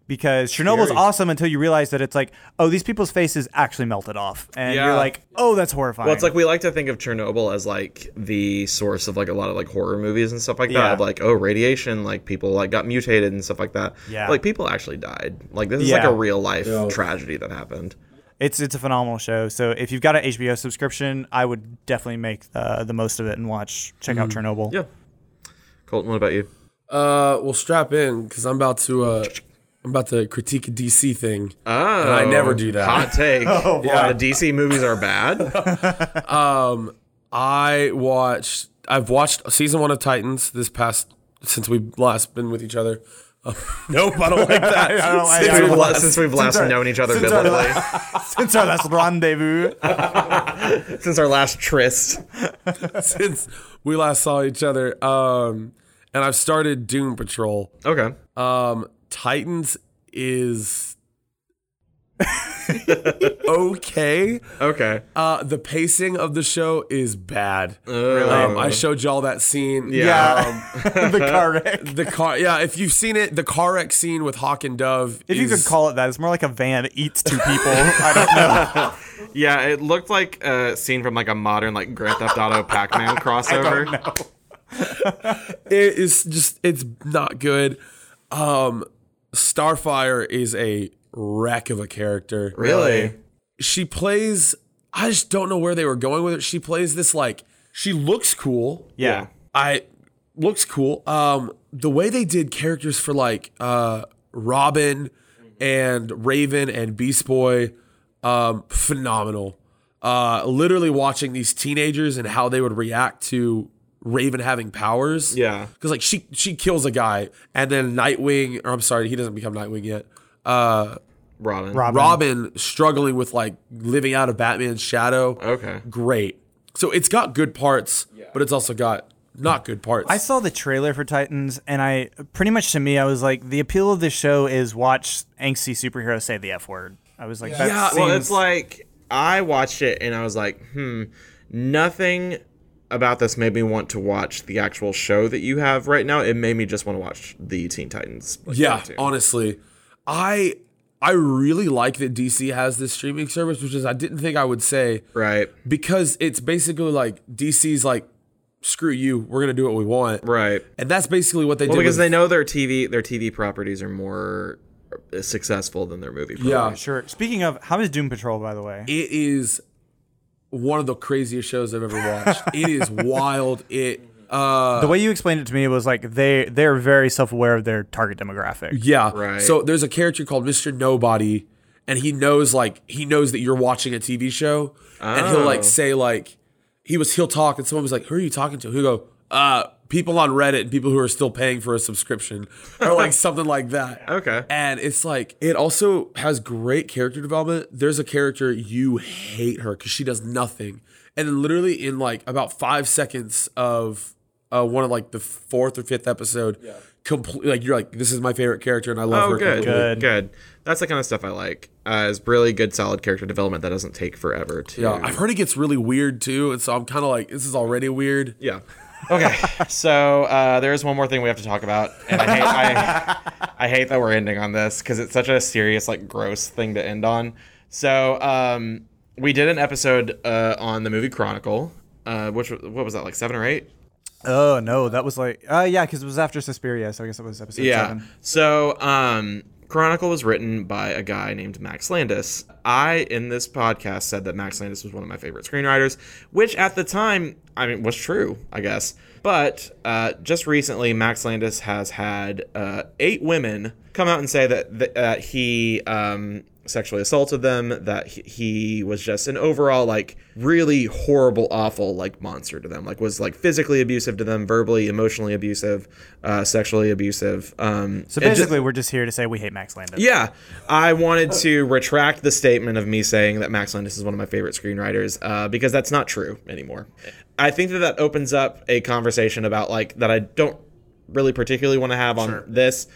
[SPEAKER 5] Because Chernobyl's awesome until you realize that it's like, oh, these people's faces actually melted off, and
[SPEAKER 2] Yeah.
[SPEAKER 5] you're like, oh, that's horrifying.
[SPEAKER 2] Well, it's like we like to think of Chernobyl as like the source of like a lot of like horror movies and stuff like
[SPEAKER 5] Yeah.
[SPEAKER 2] that. Of, Like, oh, radiation, like people like got mutated and stuff like that.
[SPEAKER 5] Yeah.
[SPEAKER 2] Like people actually died. Like this is like
[SPEAKER 5] Yeah.
[SPEAKER 2] a real life tragedy that happened.
[SPEAKER 5] it's it's a phenomenal show. So if you've got an HBO subscription, I would definitely make uh, the most of it and watch check out Chernobyl.
[SPEAKER 2] Mm. Yeah. Colton, what about you?
[SPEAKER 4] Uh, well, strap in because I'm about to uh, I'm about to critique a DC thing.
[SPEAKER 2] Oh,
[SPEAKER 4] I never do that.
[SPEAKER 2] Hot take.
[SPEAKER 5] Oh, boy.
[SPEAKER 2] yeah, the DC movies are bad.
[SPEAKER 4] I watched. I've watched season one of Titans this past since we last been with each other. Uh, nope, I don't like that.
[SPEAKER 5] I don't- I-
[SPEAKER 2] since,
[SPEAKER 5] I
[SPEAKER 2] we've,
[SPEAKER 5] don't-
[SPEAKER 2] la- since we've last
[SPEAKER 5] our-
[SPEAKER 2] known each other Um.
[SPEAKER 5] since our
[SPEAKER 2] biblically,
[SPEAKER 5] Since our last rendezvous,
[SPEAKER 2] since our last tryst.
[SPEAKER 4] since we last saw each other. Um, and I've started Doom Patrol.
[SPEAKER 2] Okay. Uh,
[SPEAKER 4] Um, Titans is okay.
[SPEAKER 2] Okay.
[SPEAKER 4] Uh, the pacing of the show is bad. Um, I showed y'all that scene.
[SPEAKER 5] yeah, the car wreck.
[SPEAKER 4] The car, yeah. If you've seen it, the car wreck scene with Hawk and Dove.
[SPEAKER 5] If you
[SPEAKER 4] is-
[SPEAKER 5] could call it that, it's more like a van that eats two people. I don't know.
[SPEAKER 2] Yeah, it looked like a scene from like a modern like Grand Theft Auto Pac-Man crossover.
[SPEAKER 4] it is just it's not good. Um, Starfire is a wreck of a character.
[SPEAKER 2] Really?
[SPEAKER 4] she plays I just don't know where they were going with it. She plays this like she looks cool.
[SPEAKER 5] Yeah.
[SPEAKER 4] I looks cool. Um the way they did characters for like uh Robin and Raven and Beast Boy um phenomenal. Uh literally watching these teenagers and how they would react to Raven having powers.
[SPEAKER 2] Yeah.
[SPEAKER 4] Cuz like she she kills a guy and then Nightwing or I'm sorry, he doesn't become Nightwing yet. Uh
[SPEAKER 2] Robin.
[SPEAKER 4] Robin. struggling with like living out of Batman's shadow.
[SPEAKER 2] Okay.
[SPEAKER 4] Great. So it's got good parts, but it's also got not good parts.
[SPEAKER 5] I saw the trailer for Titans, and I pretty much to me, I was like, the appeal of this show is watch angsty superheroes say the f word. I was like, that
[SPEAKER 4] Yeah,
[SPEAKER 5] seems,
[SPEAKER 2] Well, it's like I watched it and I was like, hmm, nothing about this made me want to watch the actual show that you have right now. It made me just want to watch the Teen Titans. like,
[SPEAKER 4] yeah,
[SPEAKER 2] cartoon.
[SPEAKER 4] honestly, I I really like that DC has this streaming service, which is I didn't think I would say
[SPEAKER 2] Right.
[SPEAKER 4] because it's basically like DC's like screw you, we're gonna do what we want,
[SPEAKER 2] Right.
[SPEAKER 4] and that's basically what they
[SPEAKER 2] Well,
[SPEAKER 4] did
[SPEAKER 2] because
[SPEAKER 4] with-
[SPEAKER 2] they know their TV their TV properties are more successful than their movie. Properties.
[SPEAKER 4] yeah,
[SPEAKER 5] sure. Speaking of, how is Doom Patrol, by the way?
[SPEAKER 4] It is one of the craziest shows I've ever watched. it is wild. It uh
[SPEAKER 5] the way you explained it to me was like they they're very self aware of their target demographic.
[SPEAKER 4] yeah.
[SPEAKER 2] Right.
[SPEAKER 4] So there's a character called Mr. Nobody and he knows like he knows that you're watching a TV show and he'll
[SPEAKER 2] Oh.
[SPEAKER 4] like say like he was he'll talk and someone was like, "Who are you talking to?" He'll go, "Uh, people on Reddit and people who are still paying for a subscription." Or like something like that.
[SPEAKER 2] Okay.
[SPEAKER 4] And it's like it also has great character development. There's a character you hate her because she does nothing, and then literally in like about five seconds of uh, one of like the fourth or fifth episode, completely like you're like this is my favorite character and I love
[SPEAKER 2] Oh,
[SPEAKER 4] her.
[SPEAKER 2] good.
[SPEAKER 4] completely.
[SPEAKER 2] good, That's the kind of stuff I like. Uh, is really good, solid character development that doesn't take forever to.
[SPEAKER 4] Yeah, I've heard it gets really weird too, and so I'm kind of like this is already weird.
[SPEAKER 2] Yeah. Okay. so uh, there is one more thing we have to talk about, and I hate, I, I hate that we're ending on this because it's such a serious, like, gross thing to end on. So um, we did an episode uh, on the movie Chronicle, uh, which what was that like seven or eight?
[SPEAKER 5] Oh no, that was like, uh, yeah, because it was after Suspiria, so I guess it was episode
[SPEAKER 2] Yeah.
[SPEAKER 5] seven.
[SPEAKER 2] So, um, Chronicle was written by a guy named Max Landis. I, in this podcast, said that Max Landis was one of my favorite screenwriters, which at the time, I mean, was true, I guess. But uh, just recently, Max Landis has had uh, eight women come out and say that, that uh, he um, sexually assaulted them, that he, he was just an overall like really horrible, awful like monster to them. Like was like physically abusive to them, verbally, emotionally abusive, uh, sexually abusive. Um,
[SPEAKER 5] So
[SPEAKER 2] and just-
[SPEAKER 5] basically, we're just here to say we hate Max Landis.
[SPEAKER 2] yeah, I wanted to retract the statement of me saying that Max Landis is one of my favorite screenwriters uh, because that's not true anymore. I think that that opens up a conversation about like that I don't really particularly want to have on this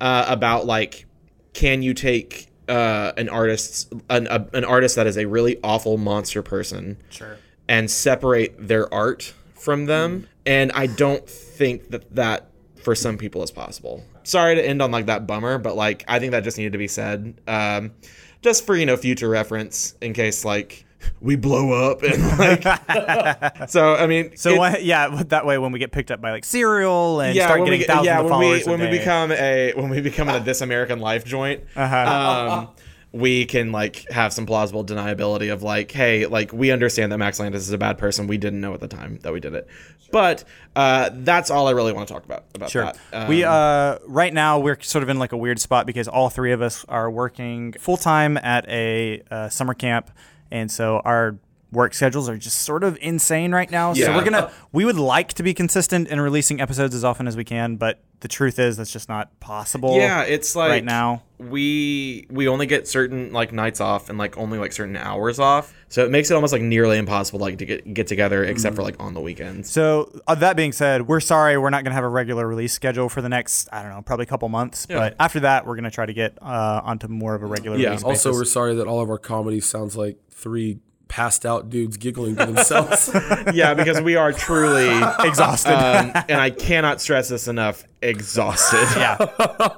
[SPEAKER 2] uh, about like can you take uh, an artist's an, a, an artist that is a really awful monster person sure and separate their art from them and I don't think that that for some people is possible. Sorry to end on like that bummer, but like I think that just needed to be said, um, just for you know future reference in case like we blow up and like. so I mean,
[SPEAKER 5] So
[SPEAKER 2] it-
[SPEAKER 5] what, yeah, that way when we get picked up by like Serial and
[SPEAKER 2] yeah,
[SPEAKER 5] start
[SPEAKER 2] when
[SPEAKER 5] getting
[SPEAKER 2] we,
[SPEAKER 5] thousands
[SPEAKER 2] yeah,
[SPEAKER 5] of
[SPEAKER 2] when we
[SPEAKER 5] followers, a
[SPEAKER 2] when we
[SPEAKER 5] day.
[SPEAKER 2] become a when we become a This American Life joint,
[SPEAKER 5] Uh-huh.
[SPEAKER 2] um, we can like have some plausible deniability of like, hey, like we understand that Max Landis is a bad person. We didn't know at the time that we did it, but uh, that's all I really want to talk about about
[SPEAKER 5] Sure.
[SPEAKER 2] that. Um,
[SPEAKER 5] we uh right now we're sort of in like a weird spot because all three of us are working full time at a uh, summer camp, and so our work schedules are just sort of insane right now. So
[SPEAKER 2] Yeah.
[SPEAKER 5] we're gonna we would like to be consistent in releasing episodes as often as we can, but the truth is that's just not possible.
[SPEAKER 2] Yeah, it's like
[SPEAKER 5] right now.
[SPEAKER 2] we we only get certain like nights off and like only like certain hours off. So it makes it almost like nearly impossible like to get get together except
[SPEAKER 5] Mm-hmm.
[SPEAKER 2] for like on the weekends.
[SPEAKER 5] So uh, that being said, we're sorry we're not gonna have a regular release schedule for the next I don't know probably couple months, but after that we're gonna try to get uh, onto more of a regular
[SPEAKER 2] Yeah.
[SPEAKER 5] release.
[SPEAKER 4] Also,
[SPEAKER 5] basis.
[SPEAKER 4] we're sorry that all of our comedy sounds like three passed out dudes giggling to themselves.
[SPEAKER 2] yeah, because we are truly
[SPEAKER 5] exhausted.
[SPEAKER 2] um, and I cannot stress this enough, exhausted.
[SPEAKER 5] yeah.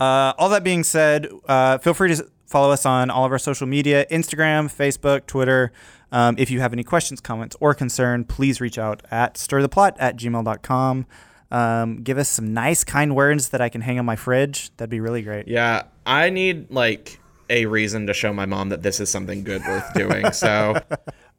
[SPEAKER 5] Uh, all that being said, uh, feel free to s- follow us on all of our social media Instagram, Facebook, Twitter. Um, if you have any questions, comments, or concern, please reach out at stirtheplot at gmail.com. Um, give us some nice, kind words that I can hang on my fridge. That'd be really great.
[SPEAKER 2] Yeah, I need like a reason to show my mom that this is something good worth doing. So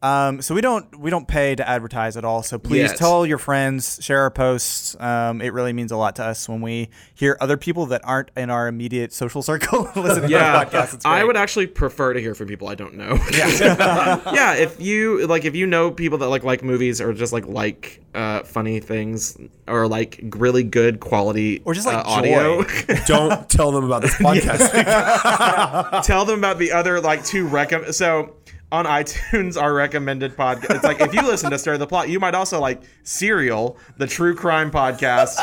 [SPEAKER 5] Um, so we don't we don't pay to advertise at all. So please
[SPEAKER 2] Yes.
[SPEAKER 5] tell your friends, share our posts. Um, it really means a lot to us when we hear other people that aren't in our immediate social circle listening
[SPEAKER 2] yeah,
[SPEAKER 5] to our podcast. It's
[SPEAKER 2] I
[SPEAKER 5] great.
[SPEAKER 2] would actually prefer to hear from people I don't know. Yeah, yeah. If you like, if you know people that like like movies or just like like uh, funny things or like really good quality
[SPEAKER 5] Or just, like,
[SPEAKER 2] uh, audio,
[SPEAKER 4] Don't tell them about this podcast.
[SPEAKER 2] tell them about the other like two recommend. So on iTunes, our recommended podcast. It's like if you listen to Stir the Plot, you might also like Serial, the true crime podcast,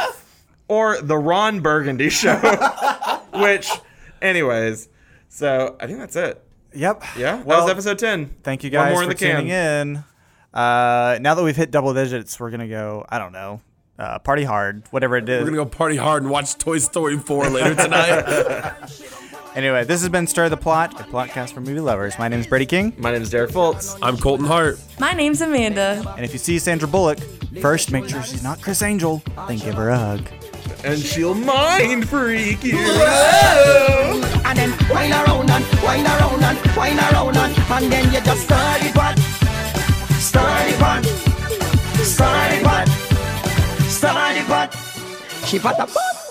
[SPEAKER 2] or the Ron Burgundy Show. which, anyways, so I think that's it.
[SPEAKER 5] Yep. Um,
[SPEAKER 2] Yeah, that
[SPEAKER 5] Well,
[SPEAKER 2] was episode ten.
[SPEAKER 5] Thank you
[SPEAKER 2] One
[SPEAKER 5] guys
[SPEAKER 2] more
[SPEAKER 5] for
[SPEAKER 2] in the can.
[SPEAKER 5] tuning in. Uh, now that we've hit double digits, we're gonna go. I don't know. Uh, party hard, whatever it is.
[SPEAKER 4] We're gonna go party hard and watch Toy Story 4 later tonight.
[SPEAKER 5] Anyway, this has been Stir the Plot, a podcast for movie lovers. My name is Brady King,
[SPEAKER 2] My name is Derek Foltz.
[SPEAKER 4] I'm Colton Hart.
[SPEAKER 9] My name's Amanda.
[SPEAKER 5] and if you see Sandra Bullock, first make sure she's not Chris Angel, then give her a hug.
[SPEAKER 2] And she'll mind freak you.
[SPEAKER 1] and then wind around and wind around and wind around and and then you just stir the pot, stir the pot, stir the pot, stir the pot. She pot a pop.